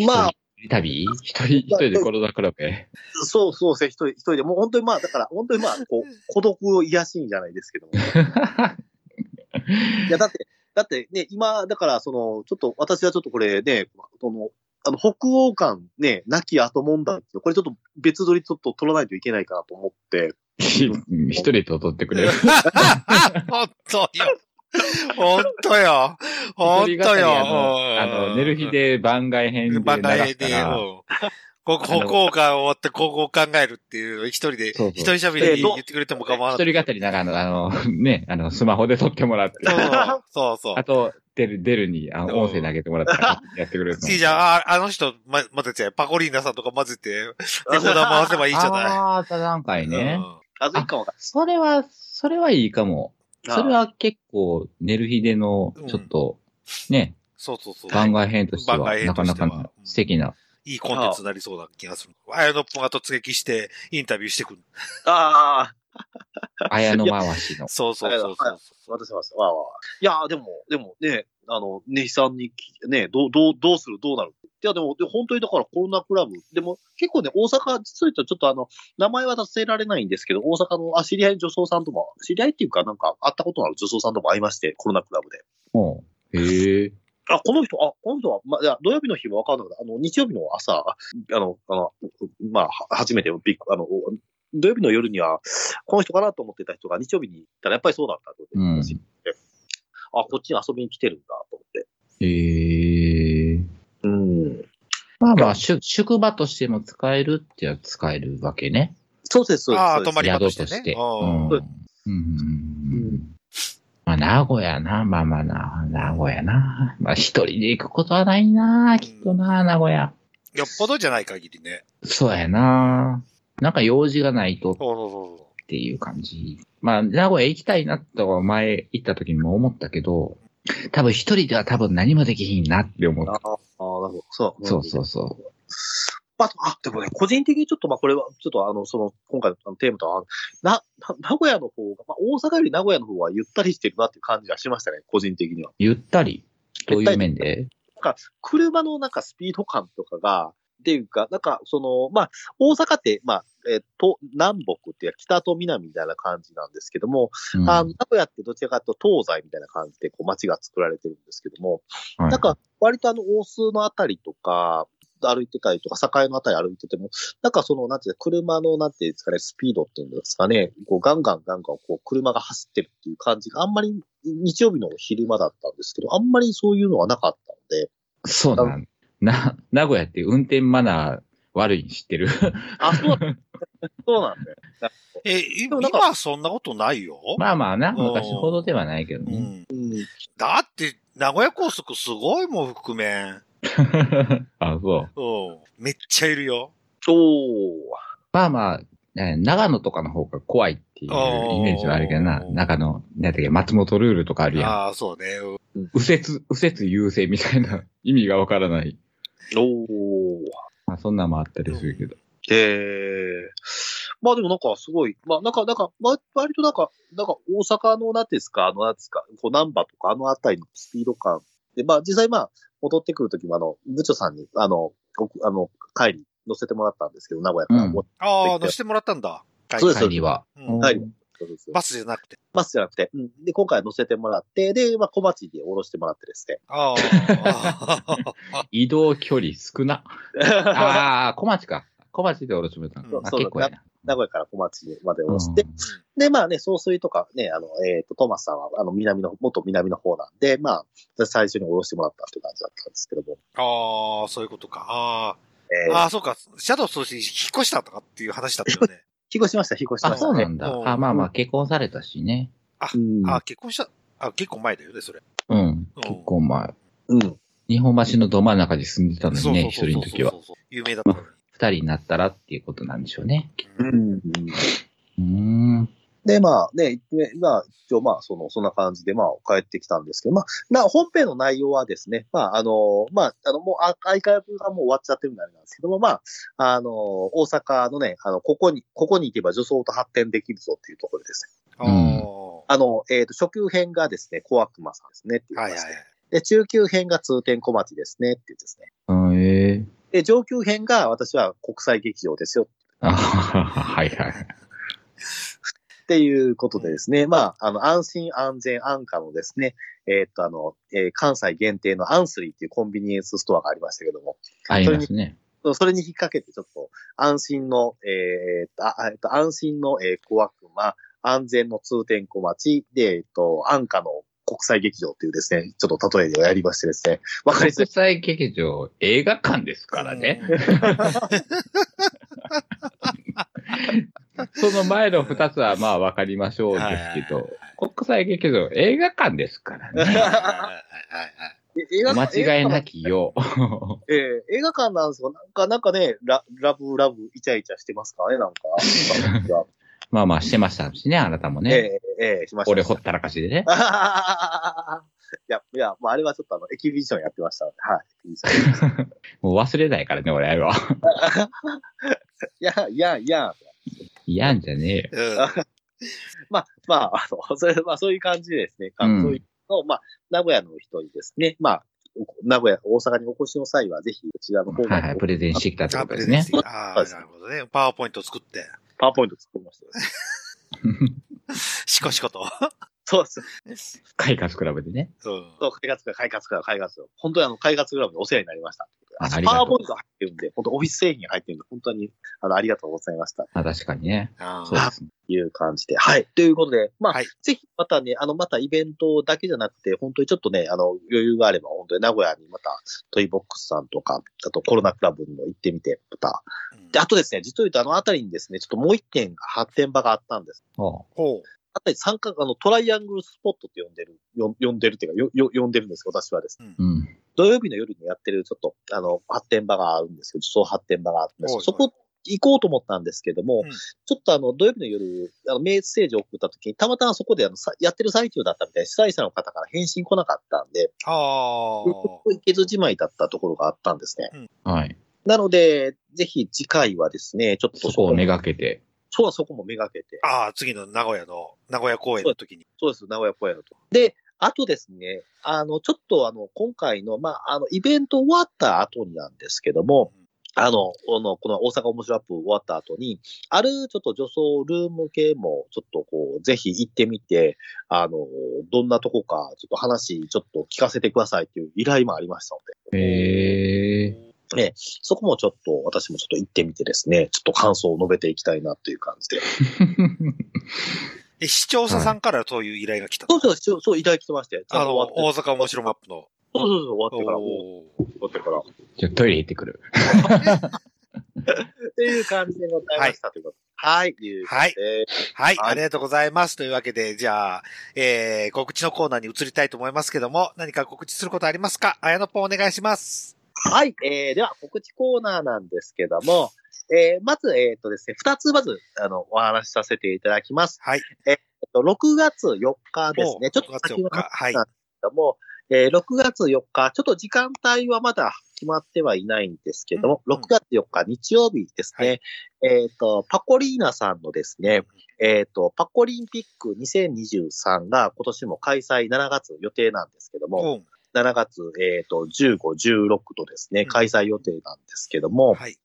Speaker 3: まあ、
Speaker 2: 一人旅一人、一人でコロナクラブへ。
Speaker 3: そうそうですね、一人、一人で、もう本当にまあ、だから、本当にまあ、こう、孤独を癒しんじゃないですけども。いや、だって、だってね、今、だから、その、ちょっと、私はちょっとこれね、その、あの、北欧館ね、亡き後もんだんですよ。これちょっと別撮りちょっと撮らないといけないかなと思って。
Speaker 2: 一人で踊ってくれる。
Speaker 1: 本当よ。本当よ。本
Speaker 2: 一人
Speaker 1: 当
Speaker 2: 語り
Speaker 1: よ。
Speaker 2: あの、あの寝る日で番外編で流
Speaker 1: バカ
Speaker 2: し
Speaker 1: で、
Speaker 2: た
Speaker 1: で、う
Speaker 2: ら、
Speaker 1: ん。ここ、方向感終わって、ここを考えるっていう、一人で、
Speaker 2: そうそ
Speaker 1: 一
Speaker 2: う
Speaker 1: 人喋りに言ってくれても構わ
Speaker 2: 一
Speaker 1: ない。
Speaker 2: 人語りながら、あの、 あのね、あの、スマホで撮ってもらって、
Speaker 1: そうそうそ
Speaker 2: あと、出る、出るに、あの、音声投げてもらったら、やってくれる
Speaker 1: う。いいじゃん。ああの人、ま、混ぜちゃえ。パコリーナさんとか混ぜて、レコーダー回せばいいじゃない。
Speaker 2: ああ、座談会ね。
Speaker 3: あずいかもか。
Speaker 2: それは、それはいいかも。それは結構、寝る日での
Speaker 1: うん、
Speaker 2: ちょっと、ね、
Speaker 1: そうそうそう。
Speaker 2: 番外編として
Speaker 1: 番
Speaker 2: は、
Speaker 1: 外編
Speaker 2: な
Speaker 1: と
Speaker 2: か
Speaker 1: し
Speaker 2: な
Speaker 1: ては
Speaker 2: かの素敵な。
Speaker 1: いいコンテンツになりそうな気がする。あやのっぽが突撃して、インタビューしてくる。
Speaker 3: ああ、
Speaker 2: 綾野回 しの。
Speaker 1: そうそうそうそうそう。
Speaker 3: 私は、わあわあわあ。いやー、でも、でもね、あの、ネヒさんにき、ね、どう、どう、どうする、どうなる。いや、でも、で本当にだからコロナクラブ。でも、結構ね、大阪、実を言うとちょっとあの、名前は出せられないんですけど、大阪の、あ、知り合いの女装さんとも、知り合いっていうか、なんか、会ったことのある女装さんとも会いまして、コロナクラブで。
Speaker 2: もうへえ。
Speaker 3: あ、この人、あ、この人は、まあ、いや土曜日の日もわかんなかった。あの、日曜日の朝、あの、あの、まあ、は初めてびっくあの、土曜日の夜には、この人かなと思ってた人が日曜日に行ったらやっぱりそうだったと
Speaker 2: うん
Speaker 3: であ、こっちに遊びに来てるんだと思って。
Speaker 2: へえ。
Speaker 3: うん。
Speaker 2: まあまあ、宿宿場としても使えるっては使えるわけね。
Speaker 3: そうです、そうです。
Speaker 1: あー
Speaker 3: そうです
Speaker 1: 泊まり場
Speaker 2: 宿
Speaker 1: と
Speaker 2: と
Speaker 1: してね
Speaker 2: して。
Speaker 1: うん
Speaker 2: うんうんまあ、名古屋な、まあまあな、名古屋な。まあ、一人で行くことはないな、きっとな、名古屋。
Speaker 1: よっぽどじゃない限りね。
Speaker 2: そうやな。なんか用事がない
Speaker 1: そ
Speaker 2: と
Speaker 1: うそうそうそう。
Speaker 2: っていう感じ。まあ、名古屋行きたいなとは前行った時にも思ったけど、多分一人では多分何もできひんなって思っ
Speaker 3: あーあー、なるほど。そう。。
Speaker 2: た。そうそううそう。
Speaker 3: あと、あ、でもね、個人的にちょっと、まあ、これは、ちょっと、あの、その、今回のあのテーマとは、な、な名古屋の方が、まあ、大阪より名古屋の方はゆったりしてるなっていう感じがしましたね、個人的には。
Speaker 2: ゆったり。どういう面で
Speaker 3: 車のなんかスピード感とかが、っていうか、なんか、その、まあ、大阪って、まあ、えっ、と、南北っていうか北と南みたいな感じなんですけども、
Speaker 2: うん
Speaker 3: あの、名古屋ってどちらかというと東西みたいな感じで、こう、街が作られてるんですけども、
Speaker 2: はい
Speaker 3: なんか、割とあの、大須のあたりとか、歩いてたりとか、境のあたり歩いてても、なんかその、なんていうか車の、なんていうんですかね、スピードっていうんですかね、こう、ガンガンガンガン、こう、車が走ってるっていう感じがあんまり、日曜日の昼間だったんですけど、あんまりそういうのはなかったので、
Speaker 2: そうなんな、名古屋って運転マナー悪いに知ってる。
Speaker 3: あ、そうなんだ。そうなんだよ。
Speaker 1: え、い今
Speaker 3: もなんか
Speaker 1: はそんなことないよ。
Speaker 2: まあまあな、
Speaker 1: うん
Speaker 2: 昔ほどではないけど
Speaker 1: う
Speaker 2: ね。
Speaker 1: ん。
Speaker 3: うん。
Speaker 1: だって、名古屋高速すごいもん、覆面。
Speaker 2: あ、そう。
Speaker 1: うん。めっちゃいるよ。
Speaker 3: そう。
Speaker 2: まあまあ、ね長野とかの方が怖いっていうイメージはあるけどな
Speaker 1: あ、ー
Speaker 2: 中野、なんだっけ、松本ルールとかあるやん。
Speaker 1: ああ、そうね。うん
Speaker 2: 右折、右折優勢みたいな 意味がわからない。
Speaker 3: おー。
Speaker 2: まあそんなんもあったりするけど。
Speaker 3: で、まあでもなんかすごい、まあなんか、なんか、わ割となんか、なんか大阪のなんていうんですか、あのなんていうんですか、こう難波とかあのあたりのスピード感で、まあ実際まあ戻ってくるときもあの、部長さんに、あの、僕あの、帰り乗せてもらったんですけど、名古屋から。
Speaker 2: うん
Speaker 3: も
Speaker 1: ああ、乗せてもらったんだ。
Speaker 3: そうです
Speaker 2: 帰りは。
Speaker 1: うん
Speaker 3: はい
Speaker 2: うん
Speaker 3: うそうそう
Speaker 1: バスじゃなくて。
Speaker 3: バスじゃなくて、うん。で、今回乗せてもらって、で、まあ小町で降ろしてもらってですね。
Speaker 1: ああ。
Speaker 2: 移動距離少 な。ああ、小町か。小町でおろしめた
Speaker 1: そう
Speaker 2: の。あ
Speaker 3: そう
Speaker 2: 結構やな。
Speaker 3: 名古屋から小町まで降ろして、
Speaker 2: うん
Speaker 3: で、まあね、総帥とかね、あの、えっ、と、トーマスさんは、あの、南の、元南の方なんで、まあ、私最初に降ろしてもらったっていう感じだったんですけども、
Speaker 1: ああ、そういうことか。あ
Speaker 3: え
Speaker 1: あ。
Speaker 3: ー、
Speaker 1: ああ、そうか。シャドウ通信引っ越したとかっていう話だったよね。
Speaker 3: 引っ越しました、引っ越しま
Speaker 2: あ、
Speaker 3: し
Speaker 2: そ
Speaker 3: た
Speaker 2: うな
Speaker 3: ね。
Speaker 2: んだ
Speaker 1: う。ん
Speaker 2: あ、まあまあ、結婚されたしね。
Speaker 3: うん
Speaker 1: ああ、結婚した。あ結構前だよね、それ。
Speaker 2: うん。結構前。
Speaker 3: うん。
Speaker 2: 日本橋のど真ん中に住んでたの
Speaker 1: そ
Speaker 2: に
Speaker 1: う
Speaker 2: ね、
Speaker 1: そう
Speaker 2: 一
Speaker 1: そうそう
Speaker 2: 人の時は。
Speaker 1: そうそう有名だったのに。
Speaker 2: 二人になったらっていうことなんでしょうね。
Speaker 1: う
Speaker 3: うんん。
Speaker 2: うーん。
Speaker 3: で、まあね、ねまあ、一応まあ、その、そんな感じで、まあ、帰ってきたんですけど、まあ、な、本編の内容はですね、まあ、あの、まあ、あの、もう、あアーカイブがもう終わっちゃってるんであれなんですけども、まあ、あの、大阪のね、あの、ここに、ここに行けば女装と発展できるぞっていうところでですね。
Speaker 1: ああ。
Speaker 3: あの、えっ、と、初級編がですね、小悪魔さんですね、っていう
Speaker 1: は
Speaker 3: 話
Speaker 1: い
Speaker 3: で。
Speaker 1: はい。
Speaker 3: で、中級編が通天小町ですね、っていうですね。
Speaker 2: うんええ
Speaker 3: で、上級編が私は国際劇場ですよ、
Speaker 2: あはいはい。
Speaker 3: っていうことでですね。まあ、あの、安心安全安価のですね、えっ、と、あの、えー関西限定のアンスリーっていうコンビニエンスストアがありましたけども、
Speaker 2: ありますね。
Speaker 3: それに引っ掛けてちょっと、安心の、えーとああえっと、安心の、えー、小悪魔、安全の通天小町、で、えっ、と、安価の国際劇場っていうですね、ちょっと例えをやりましてですね、わかりづらい
Speaker 2: 国際劇場映画館ですからね。その前の二つはまあわかりましょうですけど、国際劇場映画館ですから
Speaker 1: うん。はい
Speaker 2: ね。
Speaker 1: はいはいはい。
Speaker 3: え映
Speaker 2: お
Speaker 3: 画
Speaker 2: 間
Speaker 3: 館
Speaker 2: 違いな
Speaker 3: 映
Speaker 2: きよう。
Speaker 3: 画館ええ映画館なんですよ。なんか、なんかね、ララブラブイチャイチャしてますからね、なんか。
Speaker 2: まあまあしてましたしね、あなたも
Speaker 3: え
Speaker 2: ね。
Speaker 3: えええしました。
Speaker 2: 俺 ほったらかしでね。
Speaker 3: あははははいや、いや、まあ、あれはちょっとあの、エキシビションやってましたので、はい。エキビション
Speaker 2: もう忘れないからね、俺あれは。
Speaker 3: いや、いや、いや。
Speaker 2: 嫌んじゃねえよ。
Speaker 1: うん
Speaker 3: まあ、まあ、あの、 それ、まあ、そういう感じでですね、
Speaker 2: うん
Speaker 3: そういうのを、まあ、名古屋の人にですね、まあ、名古屋、大阪にお越しの際は、ぜひ、こちらの方
Speaker 2: はいはい、
Speaker 3: が、
Speaker 2: プレゼンしてきたって
Speaker 1: あ
Speaker 2: こと
Speaker 1: プ
Speaker 2: で
Speaker 1: レ
Speaker 2: す
Speaker 1: ゼンし
Speaker 2: ね
Speaker 1: て。ああ、なるほどね。パワーポイント作って、
Speaker 3: パワーポイント作りましたよ。
Speaker 1: しこしこと。
Speaker 3: そうです。
Speaker 2: 開花比べでね。
Speaker 1: うん
Speaker 3: そう、開発クラブ、開発クラブ、開発クラブ。本当にあの、開発クラブでお世話になりました。
Speaker 2: あ
Speaker 3: パ
Speaker 2: ありがとう
Speaker 3: ワーポイント入ってるんで、本当オフィス製品入ってるんで、本当に、あの、ありがとうございました。と
Speaker 2: まあ確かにね。
Speaker 1: あ
Speaker 2: そう
Speaker 1: ー
Speaker 2: ですね。
Speaker 3: いう感じで。はい。ということで、まあ、
Speaker 1: はい
Speaker 3: ぜひまたね、あの、またイベントだけじゃなくて、本当にちょっとね、あの、余裕があれば、本当に名古屋にまた、トイボックスさんとか、あとコロナクラブにも行ってみて、また。
Speaker 1: うん
Speaker 3: で、あとですね、実を言うとあのあたりにですね、ちょっともう一点発展場があったんです。
Speaker 2: ほ
Speaker 1: ほう。
Speaker 3: あたり三角、あの、トライアングルスポットって呼んでる、よ呼んでるっていうか、よ、よ、呼んでるんですけど私はですね
Speaker 2: う。うん。
Speaker 3: 土曜日の夜にやってる、ちょっと、あの、発展場があるんですけど、そう発展場があって
Speaker 1: はいはい
Speaker 3: そこ行こうと思ったんですけども、
Speaker 1: うん
Speaker 3: ちょっとあの、土曜日の夜、あの、メールステージを送った時に、たまたまそこであの、さやってる最中だったみたいで、主催者の方から返信来なかったんで、
Speaker 1: あ
Speaker 3: 行けずじまいだったところがあったんですね。
Speaker 2: はい。
Speaker 3: なので、ぜひ次回はですね、ちょっ
Speaker 2: そ
Speaker 3: と
Speaker 2: こをめ
Speaker 3: が
Speaker 2: がけて。
Speaker 3: そう、そこもめがけて
Speaker 1: あ。、ああ、次の名古屋の、名古屋公演の時に。
Speaker 3: そうです、名古屋公演のと。で、あとですね、あの、ちょっとあの、今回の、まあ、あの、イベント終わった後になんですけども、あの、この、この大阪面白アップ終わった後に、あるちょっと女装ルーム系も、ちょっとこう、ぜひ行ってみて、あの、どんなとこか、ちょっと話、ちょっと聞かせてくださいっていう依頼もありましたの
Speaker 2: へえ。
Speaker 3: で、ね、そこもちょっと、私もちょっと行ってみてですね、ちょっと感想を述べていきたいなという感じで。
Speaker 1: え、視聴者さんからそういう依頼が来た
Speaker 3: そ
Speaker 1: の。
Speaker 3: うそう、そう、そう、依頼来てまして、ちゃん
Speaker 1: あ
Speaker 3: と
Speaker 1: の、
Speaker 3: 終わって、
Speaker 1: 大阪面白マップの。
Speaker 3: そうそうそう、終わってから、終
Speaker 1: おー
Speaker 3: わってから。
Speaker 2: じゃあトイレ行ってくる。
Speaker 3: という感じでございましたということで。はい。ということ
Speaker 1: はい。
Speaker 3: で
Speaker 1: はい、
Speaker 3: はい
Speaker 1: ありがとうございます。というわけで、じゃあ、えー、告知のコーナーに移りたいと思いますけども、何か告知することありますかあやのぽんお願いします。
Speaker 3: はい。えー、では、告知コーナーなんですけども、えー、まず、えっ、とですね、二つまず、あの、お話しさせていただきます。
Speaker 1: はい。
Speaker 3: えっと6月4日ですね。ちょっと
Speaker 1: 月
Speaker 3: 先
Speaker 1: 4
Speaker 3: の
Speaker 1: 日。はい。
Speaker 3: けども、えー6月4日、ちょっと時間帯はまだ決まってはいないんですけども、
Speaker 1: うんうん
Speaker 3: 6月4日日曜日ですね、えっ、と、パコリーナさんのですね、えっ、と、パコリンピック2023が今年も開催7月予定なんですけど
Speaker 1: う
Speaker 3: も、
Speaker 1: ん
Speaker 3: 7月、えっ、と、15、16とですね、
Speaker 1: ん
Speaker 3: 開催予定なんですけども、
Speaker 1: はい。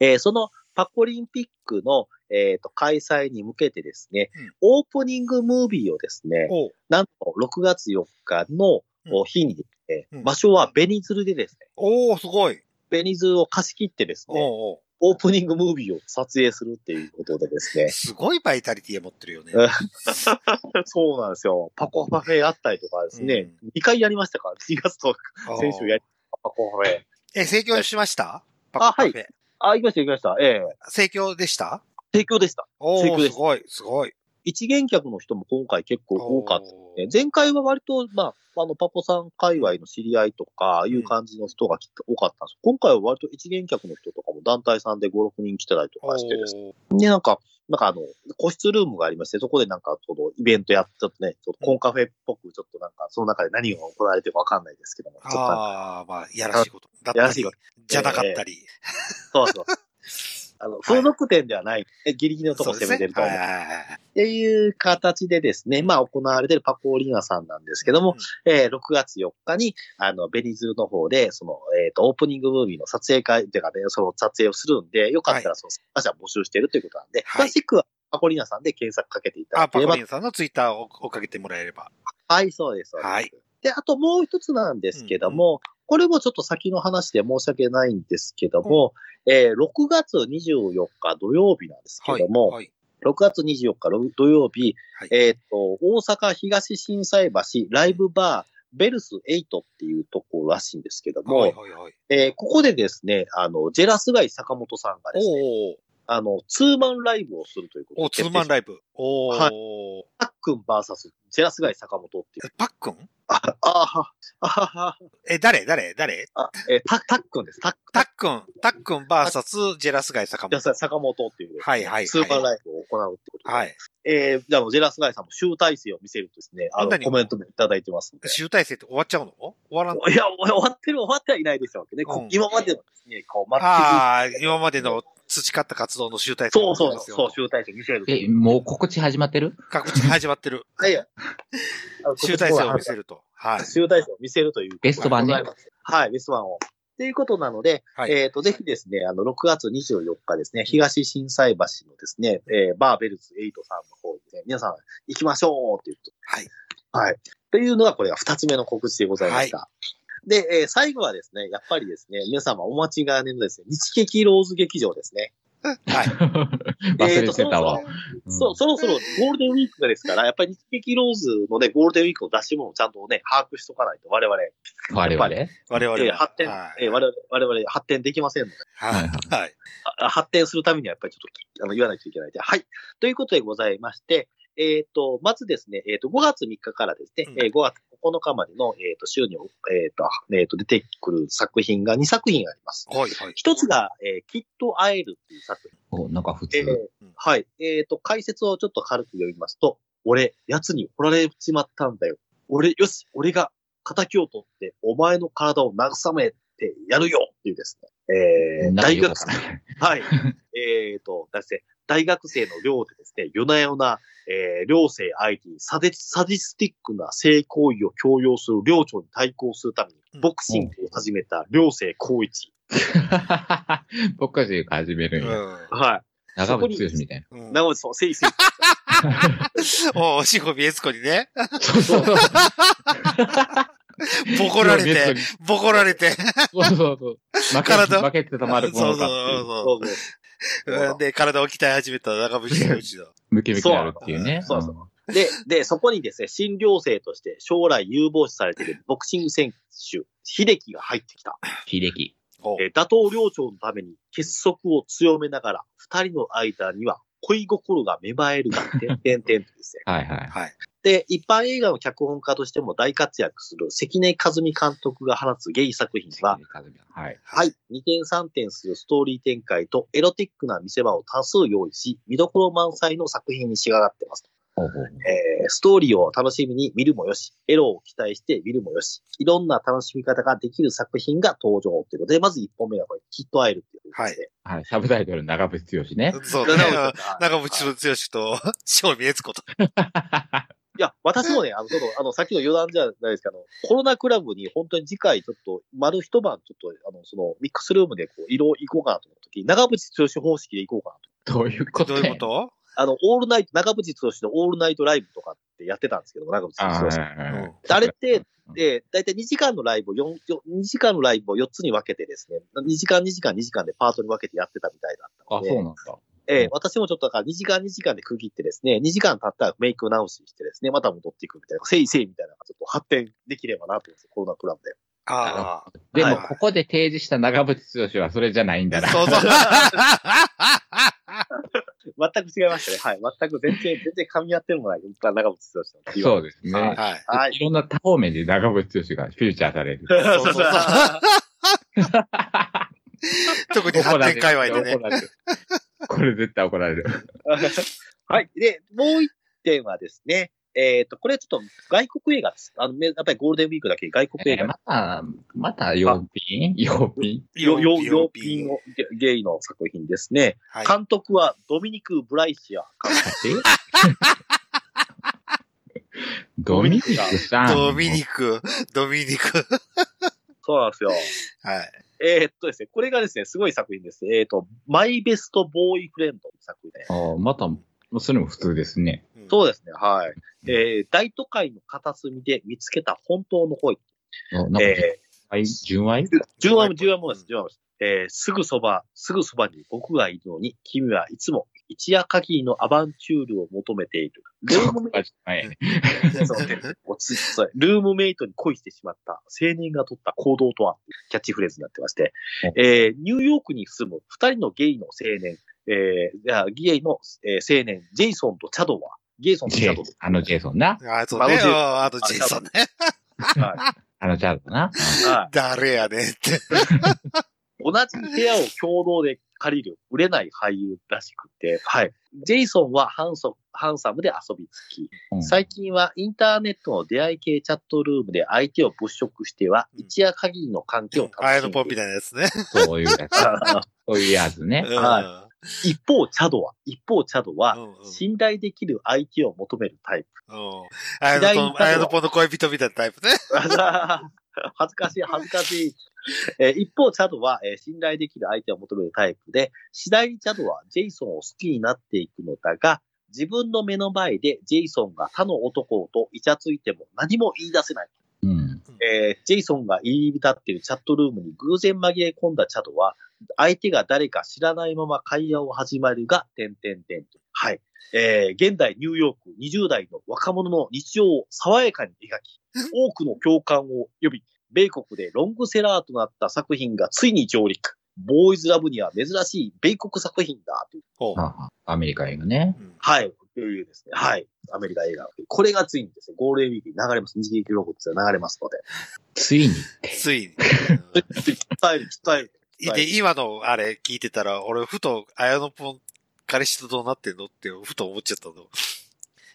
Speaker 3: えーそのパコリンピックの、えーと開催に向けてですね、
Speaker 1: うん
Speaker 3: オープニングムービーをですね、
Speaker 1: おう
Speaker 3: なんと6月4日の
Speaker 1: うん
Speaker 3: お日に、えー
Speaker 1: うん
Speaker 3: 場所はベニズルでですね、
Speaker 1: おーすごい。
Speaker 3: ベニズルを貸し切ってですね、
Speaker 1: おうおう、
Speaker 3: オープニングムービーを撮影するっていうことでですね
Speaker 1: すごいバイタリティを持ってるよね。
Speaker 3: うん そうなんですよ。パコパフェあったりとかですね、2回やりましたから、2月と
Speaker 1: あー
Speaker 3: 先週やりパコパフェ。
Speaker 1: え、盛況しましたパ
Speaker 3: あはい
Speaker 1: コカフェ
Speaker 3: あ、行きました行きました。ええ
Speaker 1: 盛況でした
Speaker 3: 提供でした。
Speaker 1: お
Speaker 3: 盛況
Speaker 1: ー
Speaker 3: ですす
Speaker 1: ごい、すごい。
Speaker 3: 一元客の人も今回結構多かったです
Speaker 1: おー
Speaker 3: ね。前回は割と、まあ、あの、パコさん界隈の知り合いとかいう感じの人が来て多かったんです。今回は割と一元客の人とかも団体さんで5、6人来てたりとかしてですね。
Speaker 1: おー
Speaker 3: で、なんか、なんかあの、個室ルームがありまして、そこでなんか、そのイベントやっちゃってね、ちょっとコンカフェっぽく、ちょっとなんか、その中で何が行われてるかわかんないですけども、ちょっとなんか
Speaker 1: ああ、まあ、やらしいこと。だっ
Speaker 3: や
Speaker 1: た
Speaker 3: らしい
Speaker 1: り
Speaker 3: こと、
Speaker 1: じゃなかったり。
Speaker 3: そう そう。あの、風俗店ではない、えギリギリのとこ
Speaker 1: そうです
Speaker 3: 攻めて
Speaker 1: ね
Speaker 3: る。と
Speaker 1: は
Speaker 3: 思。
Speaker 1: いうはいはいはい。
Speaker 3: っていう形でですね、まあ行われてるパコーリーナさんなんですけども、えー6月4日に、あの、ベニズルの方で、その、えっ、と、オープニングムービーの撮影会っていうかね、その撮影をするんで、よかったらその参加者募集してるということなんで、
Speaker 1: はい
Speaker 3: 詳しくはパコーリーナさんで検索かけていた
Speaker 1: あ、
Speaker 3: だけ
Speaker 1: パ
Speaker 3: れ
Speaker 1: コ
Speaker 3: ば
Speaker 1: リ。ンさんのツイッターを追っかけてもらえれば。
Speaker 3: はい、そうです。そうです
Speaker 1: はい。
Speaker 3: で、あともう一つなんですけども、これもちょっと先の話で申し訳ないんですけども、えー6月24日土曜日なんですけども、
Speaker 1: はい。
Speaker 3: 6月24日ろ土曜日、
Speaker 1: はい
Speaker 3: えーっと、大阪東震災橋ライブバー、ベルス8っていうところらしいんですけども、
Speaker 1: はいはいはい。
Speaker 3: えーここでですね、あの、ジェラスガイ坂本さんがですね、
Speaker 1: おー
Speaker 3: あの、ツーマンライブをするということ
Speaker 1: おー、ツーマン
Speaker 3: イ
Speaker 1: ライブ。おお、
Speaker 3: はいブ。パックン VS ジェラスガイ坂本っていう。
Speaker 1: えパックン
Speaker 3: ああは、あはは、
Speaker 1: え、誰誰誰
Speaker 3: あ、えー、た、たっくんです。た、
Speaker 1: タ
Speaker 3: た
Speaker 1: ックン、タックンバーサスジェラスガイ坂
Speaker 3: ジェラ
Speaker 1: 本。
Speaker 3: スガイ坂本っていう、
Speaker 1: はいはいはい。
Speaker 3: ツーマンライブを行うってことで。
Speaker 1: はい。
Speaker 3: えー、じゃあ、ジェラスガイさんも集大成を見せるとですね、あの、
Speaker 1: 何
Speaker 3: コメントもいただいてますので。
Speaker 1: 集大成って終わっちゃうの終わらん。
Speaker 3: いや、 終わってる、終わってはいないでしょうけどね。こ
Speaker 1: う
Speaker 3: うん今までのですね、こう、待って
Speaker 1: ああ、今までの培った活動の集大成
Speaker 3: そうそう、
Speaker 1: ですよ
Speaker 3: そう、集大成見せる。
Speaker 2: え、もう告知始まってる
Speaker 1: 各地始まってる。
Speaker 3: はいや。
Speaker 1: 集大成を見
Speaker 3: る。
Speaker 1: せると。はい。
Speaker 3: 集大成を見せるという。
Speaker 2: ベスト版ね。
Speaker 3: はい、ベスト版を。ということなので、
Speaker 1: はい
Speaker 3: えっ、と、ぜひですね、あの、6月24日ですね、東震災橋のですね、えーバーベルズ8さんの方で、皆さん行きましょうということ。
Speaker 1: はい。
Speaker 3: はい。というのが、これが2つ目の告知でございました。で、えー最後はですね、やっぱりですね、皆様お待ちがねのですね、日劇ローズ劇場ですね。
Speaker 1: はい。
Speaker 2: 忘れてたわ
Speaker 3: えー。とそろそろそう、そろそろゴールデンウィークがですから、やっぱり日劇ローズのね、ゴールデンウィークの出し物をちゃんとね、把握しとかないと、我々、
Speaker 2: うん我々
Speaker 1: 我々
Speaker 3: えー
Speaker 1: は。
Speaker 3: 発展、
Speaker 1: はい
Speaker 3: えー我々、我々発展できませんので、
Speaker 1: はい。はい。
Speaker 3: あ発展するためにはやっぱりちょっとあの言わないといけないので、はい。ということでございまして、えっ、と、まずですね、えっ、と、5月3日からですね、
Speaker 1: うん
Speaker 3: えー5月9日までの、えっ、と、週に、えっ、と、えっ、と、出てくる作品が2作品あります。
Speaker 1: はい。はい。
Speaker 3: 一つが、えーきっと会えるっていう作品
Speaker 2: お、なんか普
Speaker 3: えー
Speaker 2: 通。
Speaker 1: うん
Speaker 3: はい。えっ、と、解説をちょっと軽く読みますと、俺、奴に掘られちまったんだよ。俺、よし、俺が仇を取って、お前の体を慰めてやるよっていうですね。え
Speaker 2: な
Speaker 3: ー
Speaker 2: んか
Speaker 3: 大
Speaker 2: よか
Speaker 3: 学
Speaker 2: った
Speaker 3: 生。はい。えっと、だして、大学生の寮でですね、夜な夜な、えー寮生相手にサデサディスティックな性行為を強要する寮長に対抗するため
Speaker 1: うん
Speaker 3: に、ボクシングを始めた寮生光一。
Speaker 2: 僕かし始めるんや。
Speaker 1: う
Speaker 3: は
Speaker 2: 長渕剛みたい
Speaker 1: ん。
Speaker 3: い。
Speaker 1: うん。
Speaker 3: なので、そう、せいせい。
Speaker 1: おおしごみえつこにね、
Speaker 2: な。そうそうそう。
Speaker 1: ボコられて、。ボコられて。
Speaker 2: そうそうそう。負け
Speaker 1: 体
Speaker 2: 負けてたまる子
Speaker 1: そ
Speaker 2: の
Speaker 1: うそうそ
Speaker 2: か。
Speaker 3: そううそう
Speaker 1: そう。で、体を鍛え始めた長渕剛の。
Speaker 2: ムキムキになるっていうね。
Speaker 3: そうそうで、で、そこにですね、新寮生として将来有望視されているボクシング選手、秀樹が入ってきた。
Speaker 2: 秀樹。
Speaker 1: おう
Speaker 3: えー打倒寮長のために結束を強めながら、二人の間には恋心が芽生えるが、てんてんてんとですね。
Speaker 2: はいはい。
Speaker 1: はい。
Speaker 3: で、一般映画の脚本家としても大活躍する関根和美監督が放つゲイ作品は、
Speaker 2: はい。
Speaker 3: はい、2点3点するストーリー展開とエロティックな見せ場を多数用意し、見どころ満載の作品に仕上がってます。
Speaker 2: ほうほう
Speaker 3: えーストーリーを楽しみに見るもよし、エロを期待して見るもよし、いろんな楽しみ方ができる作品が登場ということで、まず1本目がこれ、きっと会えるっていうことですね。
Speaker 2: はい。サブタイトル、長渕剛ね。
Speaker 1: そうね
Speaker 3: いや。なんか
Speaker 1: 長渕剛と、しごみえつこと。
Speaker 3: いや、私もね、あの、ちょっと、あの、さっきの余談じゃないですけど、あのコロナクラブに本当に次回ちょっと、丸一晩ちょっと、あの、その、ミックスルームでこう、色々行こうかなと思った時、長渕剛方式で行こうかなと。
Speaker 2: どういうこと
Speaker 1: どういうこと
Speaker 3: あの、オールナイト、長渕剛のオールナイトライブとかってやってたんですけど、長
Speaker 2: あ
Speaker 3: 渕剛さん。
Speaker 1: うん
Speaker 3: であれって、で、だいたい2時間のライブを4、2時間のライブを4つに分けてですね、2時間、2時間、2時間でパートに分けてやってたみたいだった
Speaker 2: あ
Speaker 3: の、で、
Speaker 2: そうなんだ。
Speaker 3: え
Speaker 2: うん
Speaker 3: え、私もちょっとだから2時間2時間で区切ってですね、2時間経ったらメイク直ししてですね、また戻っていくみたいな、せいせいみたいなのがちょっと発展できればなと思うんですよ、コロナクラブで。
Speaker 1: あ
Speaker 2: でも、
Speaker 1: はい
Speaker 2: ここで提示した長渕剛はそれじゃないんだ
Speaker 1: あ。
Speaker 2: な。
Speaker 1: そうそう。
Speaker 3: 全く違いましたね。はい。全く 全然、全然噛み合ってるもない。長渕剛さん ってい
Speaker 2: そうです
Speaker 3: は
Speaker 2: ね。
Speaker 3: い。
Speaker 1: はい。
Speaker 3: はいい。
Speaker 2: ろんな多方面で長渕剛がフューチャーさ れる。
Speaker 1: そうそうそう 特に
Speaker 2: 怒
Speaker 1: 発
Speaker 2: られ
Speaker 1: 展
Speaker 2: る
Speaker 1: 界隈でね
Speaker 2: 怒。られる これ絶対怒られる。
Speaker 3: はい。で、もう一点はですね、えっ、と、これはちょっと外国映画です。あの、めやっぱりゴールデンウィークだけ外国
Speaker 2: え
Speaker 3: 映画
Speaker 2: ー、また、また、曜 品曜品
Speaker 3: よよ
Speaker 1: ピン
Speaker 3: よピンのゲゲイの作品ですね。
Speaker 1: はい。
Speaker 3: 監督はドミニク・ブライシア。
Speaker 2: ドミニクさん。
Speaker 1: ドミニク、ドミニク。
Speaker 3: そうなんで すよ。
Speaker 1: はい。
Speaker 3: えーっとですね、これがですね、すごい作品です。えーっと、マイベストボーイフレンドの作品で。
Speaker 2: あーまた、それも普通ですね。
Speaker 3: そうですね、はい。えー、大都会の片隅で見つけた本当の恋。
Speaker 2: あなんか、
Speaker 3: え
Speaker 2: 愛純愛
Speaker 3: ー、純愛も純愛もです、純愛もです。えー、すぐそば、すぐそばに僕がいるのに、君はいつも一夜限りのアバンチュールを求めてい る。ル ームメイ
Speaker 2: あはい
Speaker 3: トそう落ち着いてそれルームメイトに恋してしまった青年が取った行動とは、キャッチフレーズになってまして、えーニューヨークに住む二人のゲイの青年、えーいやゲイの、えー青年、ジェイソンとチャドは、ゲイソンとチ
Speaker 2: ジェ
Speaker 3: ャ
Speaker 2: イ
Speaker 3: ド
Speaker 2: ソンあのジェイソンな。
Speaker 1: あ、そうね。
Speaker 3: まあ
Speaker 1: ああとジェイソンね。
Speaker 3: は
Speaker 2: あのジャズな。
Speaker 3: いは
Speaker 1: 誰やねんって。
Speaker 3: い同じ部屋を共同で借りる、売れない俳優らしくて、はい。ジェイソンはハンソハンサムで遊びつき、
Speaker 2: うん
Speaker 3: 最近はインターネットの出会い系チャットルームで相手を物色しては、
Speaker 1: うん
Speaker 3: 一夜限りの関係を楽しんでい
Speaker 1: あ
Speaker 3: る
Speaker 1: やのポン みたいなやつね。
Speaker 2: そういう やつ。そういうやつね。
Speaker 1: は
Speaker 3: 一方、チャドは、一方、チャド
Speaker 1: う
Speaker 3: は、
Speaker 1: んうん
Speaker 3: 信頼できる相手を求めるタイプ。
Speaker 1: うんあやのポン、あやのポンの恋人みたいなタイプね。
Speaker 3: 恥ずかしい、恥ずかしい。えー一方、チャドは、えー信頼できる相手を求めるタイプで、次第にチャドはジェイソンを好きになっていくのだが、自分の目の前でジェイソンが他の男とイチャついても何も言い出せない。
Speaker 2: うん。
Speaker 3: えージェイソンが入り浸っているチャットルームに偶然紛れ込んだチャドは、相手が誰か知らないまま会話を始まるが、点点点と。はい。えー現代ニューヨーク20代の若者の日常を爽やかに描き、多くの共感を呼び、米国でロングセラーとなった作品がついに上陸。ボーイズラブには珍しい米国作品だ、という。
Speaker 1: ほう
Speaker 2: ああアメリカ映画ね。
Speaker 1: うん
Speaker 3: はい。というですね。はい。アメリカ映画。これがついにですね、ゴールデンウィークに流れます。日劇ロボットで流れますので。
Speaker 2: ついに。
Speaker 1: ついに。
Speaker 3: きっとえる、きっとえる。
Speaker 1: で、今のあれ聞いてたら、俺ふと、あやのポン、彼氏とどうなってんのってふと思っちゃったの。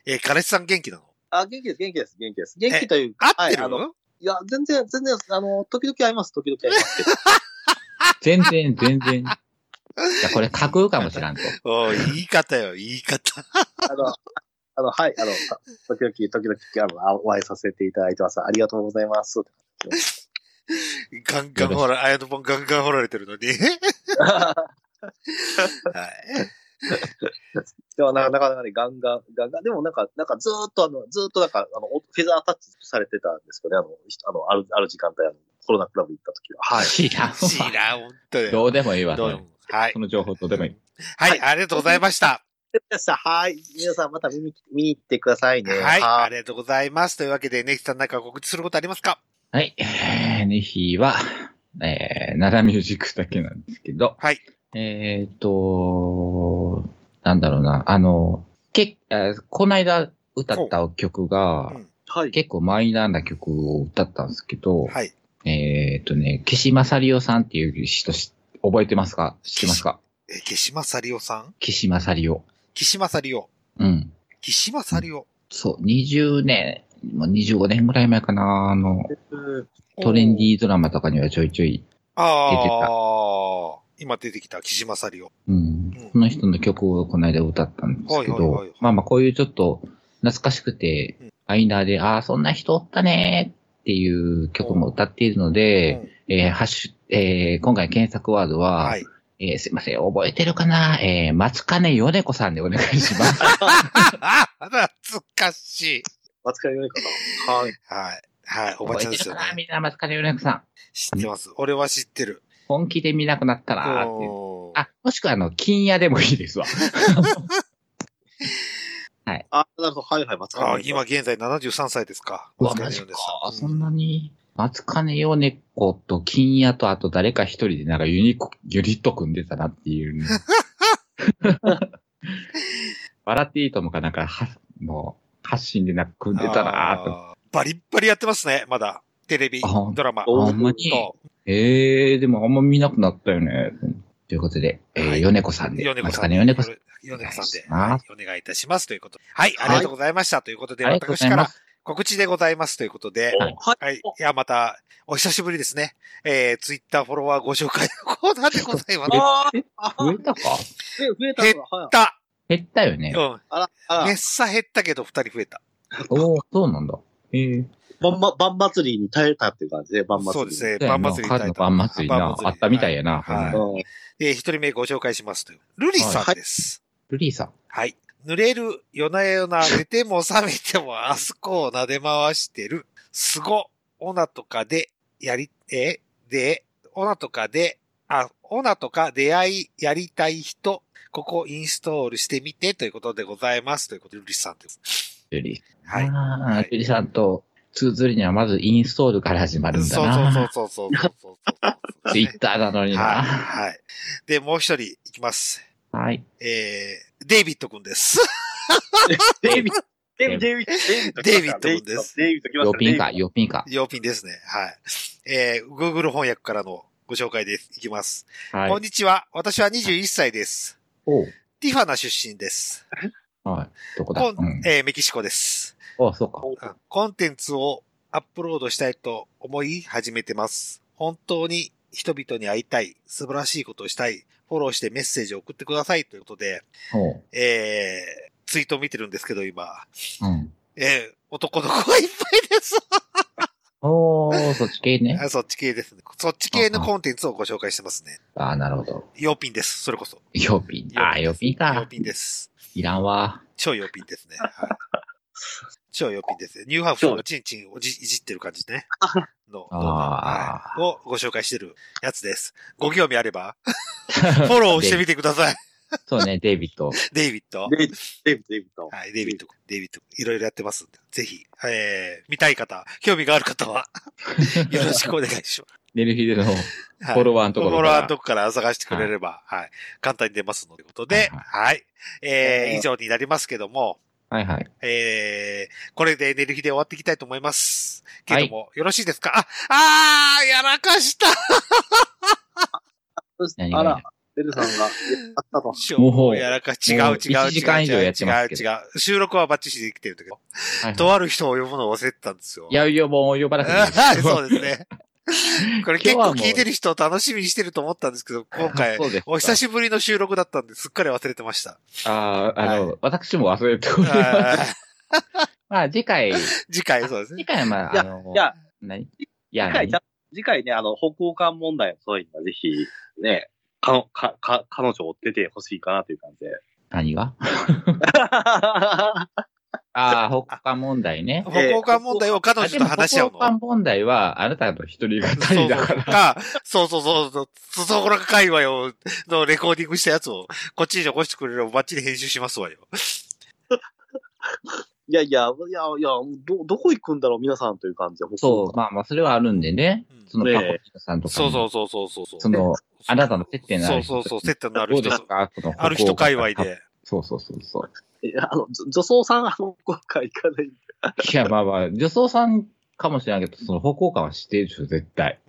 Speaker 1: え、彼氏さん元気なの
Speaker 3: あ、元気です、元気です、元気です。元気というか、
Speaker 1: 合ってる
Speaker 3: はい、あの、いや、全然、全然、あの、時々会います、時々会いますけど。
Speaker 2: 全然、全然。じゃあこれ架空かもしらんと。
Speaker 1: おう言い方よ、言い方。
Speaker 3: あ の、あの、はい、あの、時々、時々、あのあ、お会いさせていただいてます。ありがとうございます。
Speaker 1: ガンガンほら、あやとぽんガンガン掘られてるのに。はい。
Speaker 3: でもな、なかなかね、ガンガン、ガンガン、でもなんか、なんかずーっとあの、ずーっとなんか、あの、おフェザータッチされてたんですけどね、あの、ひあの、ある、ある時間帯、あの、コロナクラブ行った時は。はい。
Speaker 2: 知らんわ
Speaker 1: 知らん、ほんとだよ。
Speaker 2: どうでもいいわ。
Speaker 1: どう
Speaker 2: そ
Speaker 1: で
Speaker 2: れ
Speaker 1: もはい
Speaker 2: そ。の情報どうでもいい。
Speaker 1: はい、ありがとうございました。
Speaker 3: 皆さん、はい。皆さんまた見に、見に行ってくださいね。
Speaker 1: はい、ありがとうございます。というわけで、ネキさんなんか告知することありますか
Speaker 2: はい。えーネヒは、えー、奈良ミュージックだけなんですけど、
Speaker 1: はい。
Speaker 2: えっ、と、なんだろうな、あの、けえーこないだ歌った曲が、
Speaker 1: うん
Speaker 3: はい。
Speaker 2: 結構マイナーな曲を歌ったんですけど、
Speaker 1: はい。
Speaker 2: えっ、とね、岸正里夫さんっていう人し覚えてますか知ってますか
Speaker 1: え、岸正里夫さん
Speaker 2: 岸正里夫。
Speaker 1: 岸正里夫。
Speaker 2: うん。
Speaker 1: 岸正里夫。
Speaker 2: そう、20年、もう25年ぐらい前かな、あの、
Speaker 3: うん
Speaker 2: トレンディードラマとかにはちょいちょい、
Speaker 1: ああ、今出てきた岸正里夫。
Speaker 2: うん、その人の曲をこの間歌ったんですけ
Speaker 1: はいはいはい
Speaker 2: ど、まあまあこういうちょっと懐かしくて
Speaker 1: うん、
Speaker 2: アイナーで、ああ、そんな人おったねーっていう曲も歌っているので、
Speaker 1: うん
Speaker 2: えーハッシュ、えー今回検索ワードは、
Speaker 1: はい。
Speaker 2: えーすいません、覚えてるかなえー、松金よねこさんでお願いします。
Speaker 1: ああ、懐かしい。
Speaker 3: 松川よねかな。はい。
Speaker 1: はい。はい、おばちゃんですよ
Speaker 2: 覚えてるかな
Speaker 1: ね。
Speaker 2: みんな松金よねこさん。
Speaker 1: 知ってます。俺は知ってる。
Speaker 2: 本気で見なくなったなーっていう。
Speaker 1: おー
Speaker 2: あ、もしくはあの、金屋でもいいですわ。
Speaker 3: あ、なるほど。はいはい、松川
Speaker 1: あ
Speaker 3: よ
Speaker 1: ー
Speaker 3: ね
Speaker 1: 今現在73歳ですか。
Speaker 2: うわ、
Speaker 1: 松
Speaker 2: マ
Speaker 1: 川
Speaker 2: ジ
Speaker 1: る
Speaker 2: か
Speaker 1: んです。。
Speaker 2: そんなに。松金よねこと金屋とあと誰か一人でなんかユニコ、ユニット組んでたなっていう、 ね。笑っていいともかなんか、は、もう、発信でなんか組んでたなーと。
Speaker 1: あーバリッバリやってますね、まだ。テレビ
Speaker 2: あほ、ん
Speaker 1: ドラマ。
Speaker 3: あ
Speaker 2: ほんまに。
Speaker 1: そう
Speaker 2: ええー、でもあんま見なくなったよね。ということで、え
Speaker 1: は
Speaker 2: ー、
Speaker 1: い
Speaker 2: ヨネコさんで。
Speaker 1: ヨネコさん
Speaker 2: 松金よねこさん。
Speaker 1: ヨネコさんで、
Speaker 2: お願いしま
Speaker 1: はいお願いいたしますということ。はい、ありがとうございました。ということで、
Speaker 2: ありがとうござ
Speaker 1: 私
Speaker 2: い
Speaker 1: か
Speaker 2: ま
Speaker 1: ら
Speaker 2: す。
Speaker 1: 告知でございますということで、
Speaker 3: はい。
Speaker 1: はい。いや、また、お久しぶりですね。えー、ツイッターフォロワーご紹介のコーナーでございます。やっ
Speaker 3: あ
Speaker 2: 増え
Speaker 3: ーあ、
Speaker 2: たか
Speaker 3: で増えたのは、はい。
Speaker 1: た
Speaker 2: 減ったよね。
Speaker 1: う
Speaker 3: あら、
Speaker 1: ん。
Speaker 3: あ
Speaker 1: め
Speaker 3: ら
Speaker 1: っ、さ減ったけど、二人増えた。
Speaker 2: おおそうなんだ。ええー。
Speaker 3: 晩ま、晩祭りに耐えたっていう感じで、晩祭り。
Speaker 1: そうです。ね。
Speaker 2: そうや
Speaker 1: パ
Speaker 2: な
Speaker 1: ン祭り
Speaker 2: カードの晩祭りな。あったみたいやな。
Speaker 1: はい
Speaker 2: うん
Speaker 3: うん。
Speaker 1: で、一人目ご紹介しますという。ルリさんです。
Speaker 2: ルリーさん。
Speaker 1: はい。濡れる、夜な夜な、寝ても覚めても、あそこを撫で回してる。すご、オナとかで、やり、え、で、オナとかで、あ、オナとか出会い、やりたい人、ここインストールしてみて、ということでございます。ということで、ルリさんです。
Speaker 2: ルリー
Speaker 1: はい。
Speaker 2: あ
Speaker 1: は
Speaker 2: あ、
Speaker 1: い
Speaker 2: ジュリさんと通ずるにはまずインストールから始まるんだ
Speaker 1: そう
Speaker 2: な。
Speaker 1: そうそうそうそうそうそう。
Speaker 2: ツイッターなのにな。
Speaker 1: はい。
Speaker 2: は
Speaker 1: はい。で、もう一人いきます。
Speaker 2: い。
Speaker 1: えー、デイビッドくんです。
Speaker 3: デイビッド、デイビッド、デイビッド、
Speaker 1: デイビッドです
Speaker 3: デイビッド来まし
Speaker 2: ヨ
Speaker 3: た。
Speaker 2: ピンか、
Speaker 3: デイビッド
Speaker 2: ヨピンか。
Speaker 1: 用品ですね。はい。えー、Google 翻訳からのご紹介です。いきます。
Speaker 2: は
Speaker 1: こん
Speaker 2: い。
Speaker 1: にちは。私は21歳です。
Speaker 2: おう
Speaker 1: ティファナ出身です。
Speaker 2: はい。どこだ
Speaker 1: こん
Speaker 2: うん。
Speaker 1: えーメキシコです。
Speaker 2: おそうか。
Speaker 1: あコンテンツをアップロードしたいと思い始めてます。本当に人々に会いたい。素晴らしいことをしたい。フォローしてメッセージを送ってください。ということで、
Speaker 2: おう。
Speaker 1: えー、ツイートを見てるんですけど、今。
Speaker 2: うん。
Speaker 1: えー、男の子がいっぱいです。
Speaker 2: おー、そっち系ね。
Speaker 1: あそっち系ですね。そっち系のコンテンツをご紹介してますね。
Speaker 2: ああ、なるほど。
Speaker 1: 用品です。それこそ。
Speaker 2: ヨピン。ああ、ヨピン
Speaker 1: 用
Speaker 2: か。
Speaker 1: 品です。
Speaker 2: いらんわ。
Speaker 1: 超用品ですね。はい、超用品ですね。ニューハーフさんのチンチンをじいじってる感じね。の、
Speaker 2: あー
Speaker 1: はいをご紹介してるやつです。ご興味あれ ば、フォローしてみてください。
Speaker 2: そうね、デイビッド。
Speaker 1: デイビッド。
Speaker 3: デイビッド、デイビッド、デイビッド。
Speaker 1: はい、デイビッド、デイビッド、いろいろやってますんで、ぜひ、えー、見たい方、興味がある方 は、よろしくお願いします。
Speaker 2: ネルフィデの
Speaker 1: はい
Speaker 2: フォロワーのとこ
Speaker 1: フォ
Speaker 2: ろ
Speaker 1: ロ
Speaker 2: か
Speaker 1: ワー
Speaker 2: ら。
Speaker 1: のとこから探してくれれば、はい、簡単に出ますので、ということで、
Speaker 2: はい
Speaker 1: はい、え
Speaker 3: え
Speaker 1: ー、
Speaker 3: ー
Speaker 1: 以上になりますけども、
Speaker 2: はいはい。
Speaker 1: えー、これでエネルギーで終わっていきたいと思います。けども、よろしいですかあ、あー、やらかした
Speaker 3: そして
Speaker 2: 何が
Speaker 3: あら、デルさんが、やったと。
Speaker 1: もうやらか違う違う
Speaker 2: も
Speaker 1: 違う違
Speaker 2: う
Speaker 1: う。
Speaker 2: 一時間以上やってますけど
Speaker 1: 違う違う。収録はバッチシできてるんだけど、
Speaker 2: はいはい
Speaker 1: とある人を呼ぶのを忘れてたんですよ。
Speaker 2: いや、いや、もう呼ばなくていい
Speaker 1: はい、そうですね。これ結構聞いてる人を楽しみにしてると思ったんですけど、今回、
Speaker 2: そうですか。
Speaker 1: お久しぶりの収録だったんで、すっかり忘れてま した。
Speaker 2: ああ、あの、
Speaker 1: は
Speaker 2: 私も忘れております。
Speaker 1: はい
Speaker 2: まあ、次 回、
Speaker 1: 次回、そうです ね。
Speaker 2: 次回はま
Speaker 3: い
Speaker 2: あ、
Speaker 3: や
Speaker 2: あの、
Speaker 3: いや
Speaker 2: 何いや、
Speaker 3: 次 回
Speaker 2: 何
Speaker 3: ちゃん、次回ね、あの、北欧間問題のそういうのはぜひ、ね、かの、か、か、彼女を追っててほしいかなという感じで。
Speaker 2: 何が ああ、北韓問題ね。
Speaker 1: 歩行間問題を彼
Speaker 2: あ
Speaker 1: 女
Speaker 2: で
Speaker 1: と
Speaker 2: も
Speaker 1: 話し合う
Speaker 2: 北
Speaker 1: の。
Speaker 2: 韓問題は、あなたの一人語
Speaker 1: そうそ
Speaker 2: り
Speaker 1: う
Speaker 2: だから。
Speaker 1: か、そうそうそうそう、そそこら界隈を、のレコーディングしたやつを、こっちに残してくれればバッチリ編集しますわよ。
Speaker 3: いやいや、いや、いや、ど、どこ行くんだろう、皆さんという感じで。
Speaker 2: そう、まあまあ、それはあるんでね。
Speaker 1: うん
Speaker 2: その、
Speaker 3: ねえ
Speaker 2: パコチンさんとか
Speaker 1: そ
Speaker 2: も、
Speaker 1: うそうそうそうそうそう。
Speaker 2: その、あなたの接点のあ
Speaker 1: そう
Speaker 2: る
Speaker 1: そうそう、接点のある
Speaker 2: どう
Speaker 1: 人
Speaker 2: です、かその
Speaker 1: ある人界隈。で。
Speaker 2: そうそうそうそう。
Speaker 3: う。いやあの、女女装さん、あの、今回行かない。
Speaker 2: いや、まあまあ、女装さんかもしれないけど、その方向感はしてるでしょ、絶対。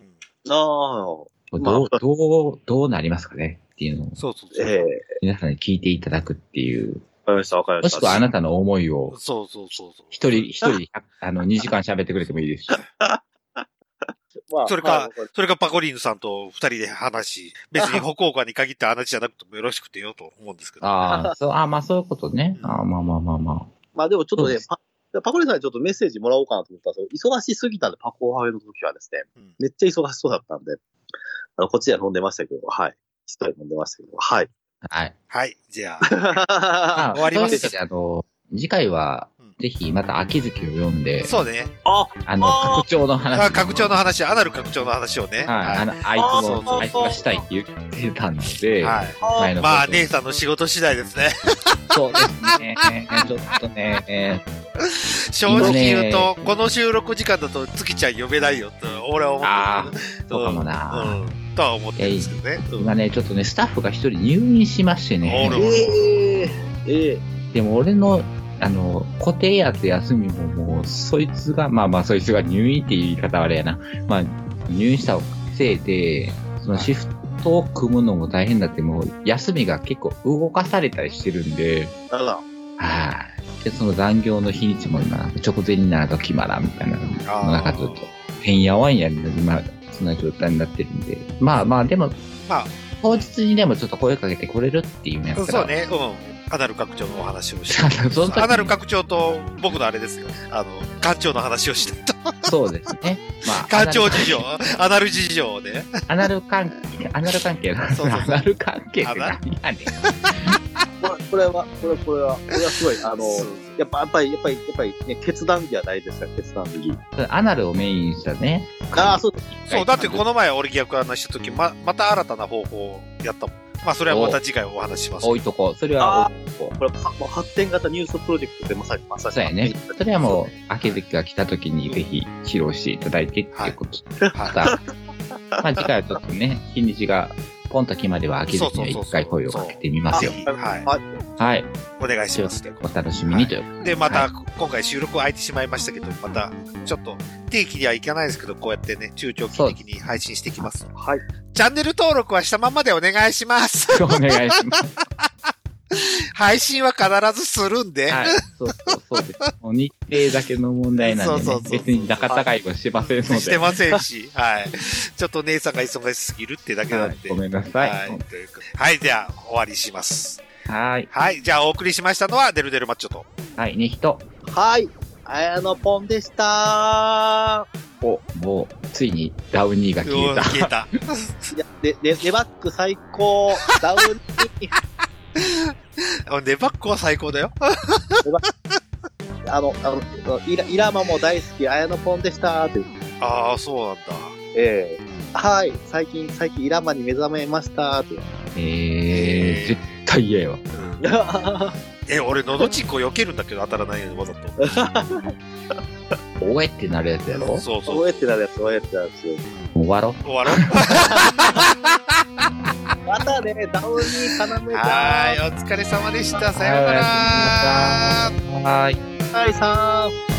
Speaker 1: うん
Speaker 3: ああ、
Speaker 2: どう、
Speaker 3: まあ
Speaker 2: どう、どうなりますかねっていうのを、
Speaker 1: そうそうそう。
Speaker 3: ええ
Speaker 2: 皆さんに聞いていただくっていう。
Speaker 3: わかりました、わかり
Speaker 2: も
Speaker 3: ま
Speaker 2: し
Speaker 3: し
Speaker 2: くはあ
Speaker 3: た。
Speaker 2: なたの思いを、
Speaker 1: そうそうそうそう。
Speaker 2: 一人、一人、あの、2時間喋ってくれてもいいですし。
Speaker 3: まあ
Speaker 1: それか、
Speaker 3: まあ
Speaker 1: それがパコリーヌさんと二人で話し、別に歩行間に限った話じゃなくてもよろしくてよと思うんですけど。
Speaker 2: ああ、そう、あーまあそういうことね。あーまあまあまあま
Speaker 3: まあでもちょっ
Speaker 2: そ
Speaker 3: と
Speaker 2: う
Speaker 3: ね
Speaker 2: で、す
Speaker 3: パパコリさんにちょっとメッセージもらおうかなと思ったんですけど、忙しすぎたんで、パコハウェイの時はですね、
Speaker 1: うん
Speaker 3: めっちゃ忙しそうだったんで、あのこっちでは飲んでましたけど、はい。一人飲んでましたけど、はい。
Speaker 2: あ。はい。
Speaker 1: はい、じゃ
Speaker 3: あ
Speaker 2: あ
Speaker 1: 終わります
Speaker 2: そういうわけであの、次回は
Speaker 1: うん、
Speaker 2: ぜひまた秋月を読ん
Speaker 1: あ。
Speaker 2: で、
Speaker 1: そうね。
Speaker 2: あの、
Speaker 3: あー
Speaker 2: 拡張の話。
Speaker 1: あ拡張の話、アナル拡張の話をね。
Speaker 2: はい。あの、あい
Speaker 3: あー
Speaker 2: つ
Speaker 1: そうそうそ
Speaker 2: も、
Speaker 1: う
Speaker 2: あいつがしたいって言ってたので、
Speaker 1: はい。
Speaker 2: 前の放送
Speaker 1: まあ、姉さんの仕事次第ですね。
Speaker 2: そうですね。ちょっとね、えー
Speaker 1: 正直言うと、この収録時間だと月ちゃん呼べないよと俺は思
Speaker 2: あ
Speaker 1: っ
Speaker 2: あ、
Speaker 1: てる。
Speaker 2: そうかもな。
Speaker 1: うん。うん。とは思ってるんですけどね。うん
Speaker 2: 今ね、ちょっとね、スタッフが一人入院しまして
Speaker 1: お
Speaker 2: ね、
Speaker 1: る
Speaker 3: ええええ
Speaker 2: でも俺の、あの、固定やつ休みももう、そいつが、まあまあ、そいつが入院っていう言い方はあれやな。まあ、入院したせいで、そのシフトを組むのも大変だって、もう、休みが結構動かされたりしてるんで、
Speaker 3: あら、
Speaker 2: はい。で、その残業の日にちも今、直前になると決まらんみたいな。
Speaker 1: あー
Speaker 2: なんかちょっと、てんやわんやになりま、そんな状態になってるんで。まあまあ、でも、
Speaker 1: まあ、
Speaker 2: 当日にでもちょっと声かけてこれるっていうのやったら。
Speaker 1: そう。ね。うん。アナル拡張のお話をし
Speaker 2: その時
Speaker 1: て。
Speaker 2: に
Speaker 1: アナル拡張と僕のあれですよ。あの、館長の話を してと。
Speaker 2: そうですね。 まあ、
Speaker 1: 館長事情、アナル事情で。
Speaker 2: アナル関係、アナル関係の
Speaker 1: そうそうそう
Speaker 2: アナル関係って何やねん。
Speaker 3: これ、これは、これ、これは、これはすごい、あの、やっぱ、やっぱり、やっぱり、やっぱりね、決断義は大事ですよ、決断義。
Speaker 2: アナルをメインにしたね。
Speaker 3: ああ、そうです。
Speaker 1: そう、だってこの前俺逆話した時、ま、また新たな方法をやったもん。まあ、それはまた次回お話しますけど。
Speaker 2: 置いとこう。それは置いとこう。
Speaker 3: これは、もう発展型ニュースプロジェクトでまさに、まさに。
Speaker 2: そうやね。それはもう、明月が来た時にぜひ披露していただいてっていうこと。ま
Speaker 1: は
Speaker 2: た、まあ次回はちょっとね、日にちがポンと決まれば明月には一回声をかけてみますよ
Speaker 1: そ。う
Speaker 3: あ
Speaker 1: はい
Speaker 3: はい。
Speaker 2: はい。
Speaker 1: お願いし
Speaker 2: という
Speaker 1: ま
Speaker 2: こ
Speaker 1: す
Speaker 2: と。で、お楽しみにということで。
Speaker 1: で、また、今回収録は空いてしまいましたけど、また、ちょっと、定期にはいかないですけど、こうやってね、中長期的に配信していきます。
Speaker 3: はい。
Speaker 1: チャンネル登録はしたままでお願いします。
Speaker 2: お願いします。
Speaker 1: 配信は必ずするんで、
Speaker 2: はい。そうそうそうです。もう日程だけの問題なんで、
Speaker 1: そうそうそ
Speaker 2: ね
Speaker 1: う、そう
Speaker 2: 別に仲違いはしませんの
Speaker 1: して
Speaker 2: で。
Speaker 1: ませんし、はい。ちょっと姉さんが忙しすぎるってだけな
Speaker 2: は
Speaker 1: ん
Speaker 2: い
Speaker 1: で。
Speaker 2: ごめんなさ。
Speaker 1: はいい。ということではい、じゃあ、終わりします。
Speaker 2: はい。
Speaker 1: はい、じゃあ、お送りしましたのは、デルデルマッチョと。
Speaker 2: はい。ね、人。
Speaker 3: はい。あのポンでした
Speaker 2: お、もう、ついにダウニーが消えた。
Speaker 1: 消えた。
Speaker 3: いや、で、で、レバック最高。ダウン に、
Speaker 1: ネバックは最高だよ。
Speaker 3: あの、あの、イラ、イラマも大好き、綾野ポンでしたという。
Speaker 1: ああ、そうなんだ。
Speaker 3: ええはい。最近、最近、イラマに目覚めました という。
Speaker 2: えー、絶対嫌よ。
Speaker 1: うんえ、俺、のどちんこ避けるんだけど当たらないようにわざと。
Speaker 2: おえってなるやつやろもう
Speaker 1: そうそう。
Speaker 3: 覚えてたやつ、覚えてたやつ。
Speaker 2: 終わろう。
Speaker 1: 終わろ う。
Speaker 3: またね、ダウンに絡めた。
Speaker 1: はーい、お疲れ様でした。さようなら。
Speaker 2: はい。
Speaker 3: はい、さーん。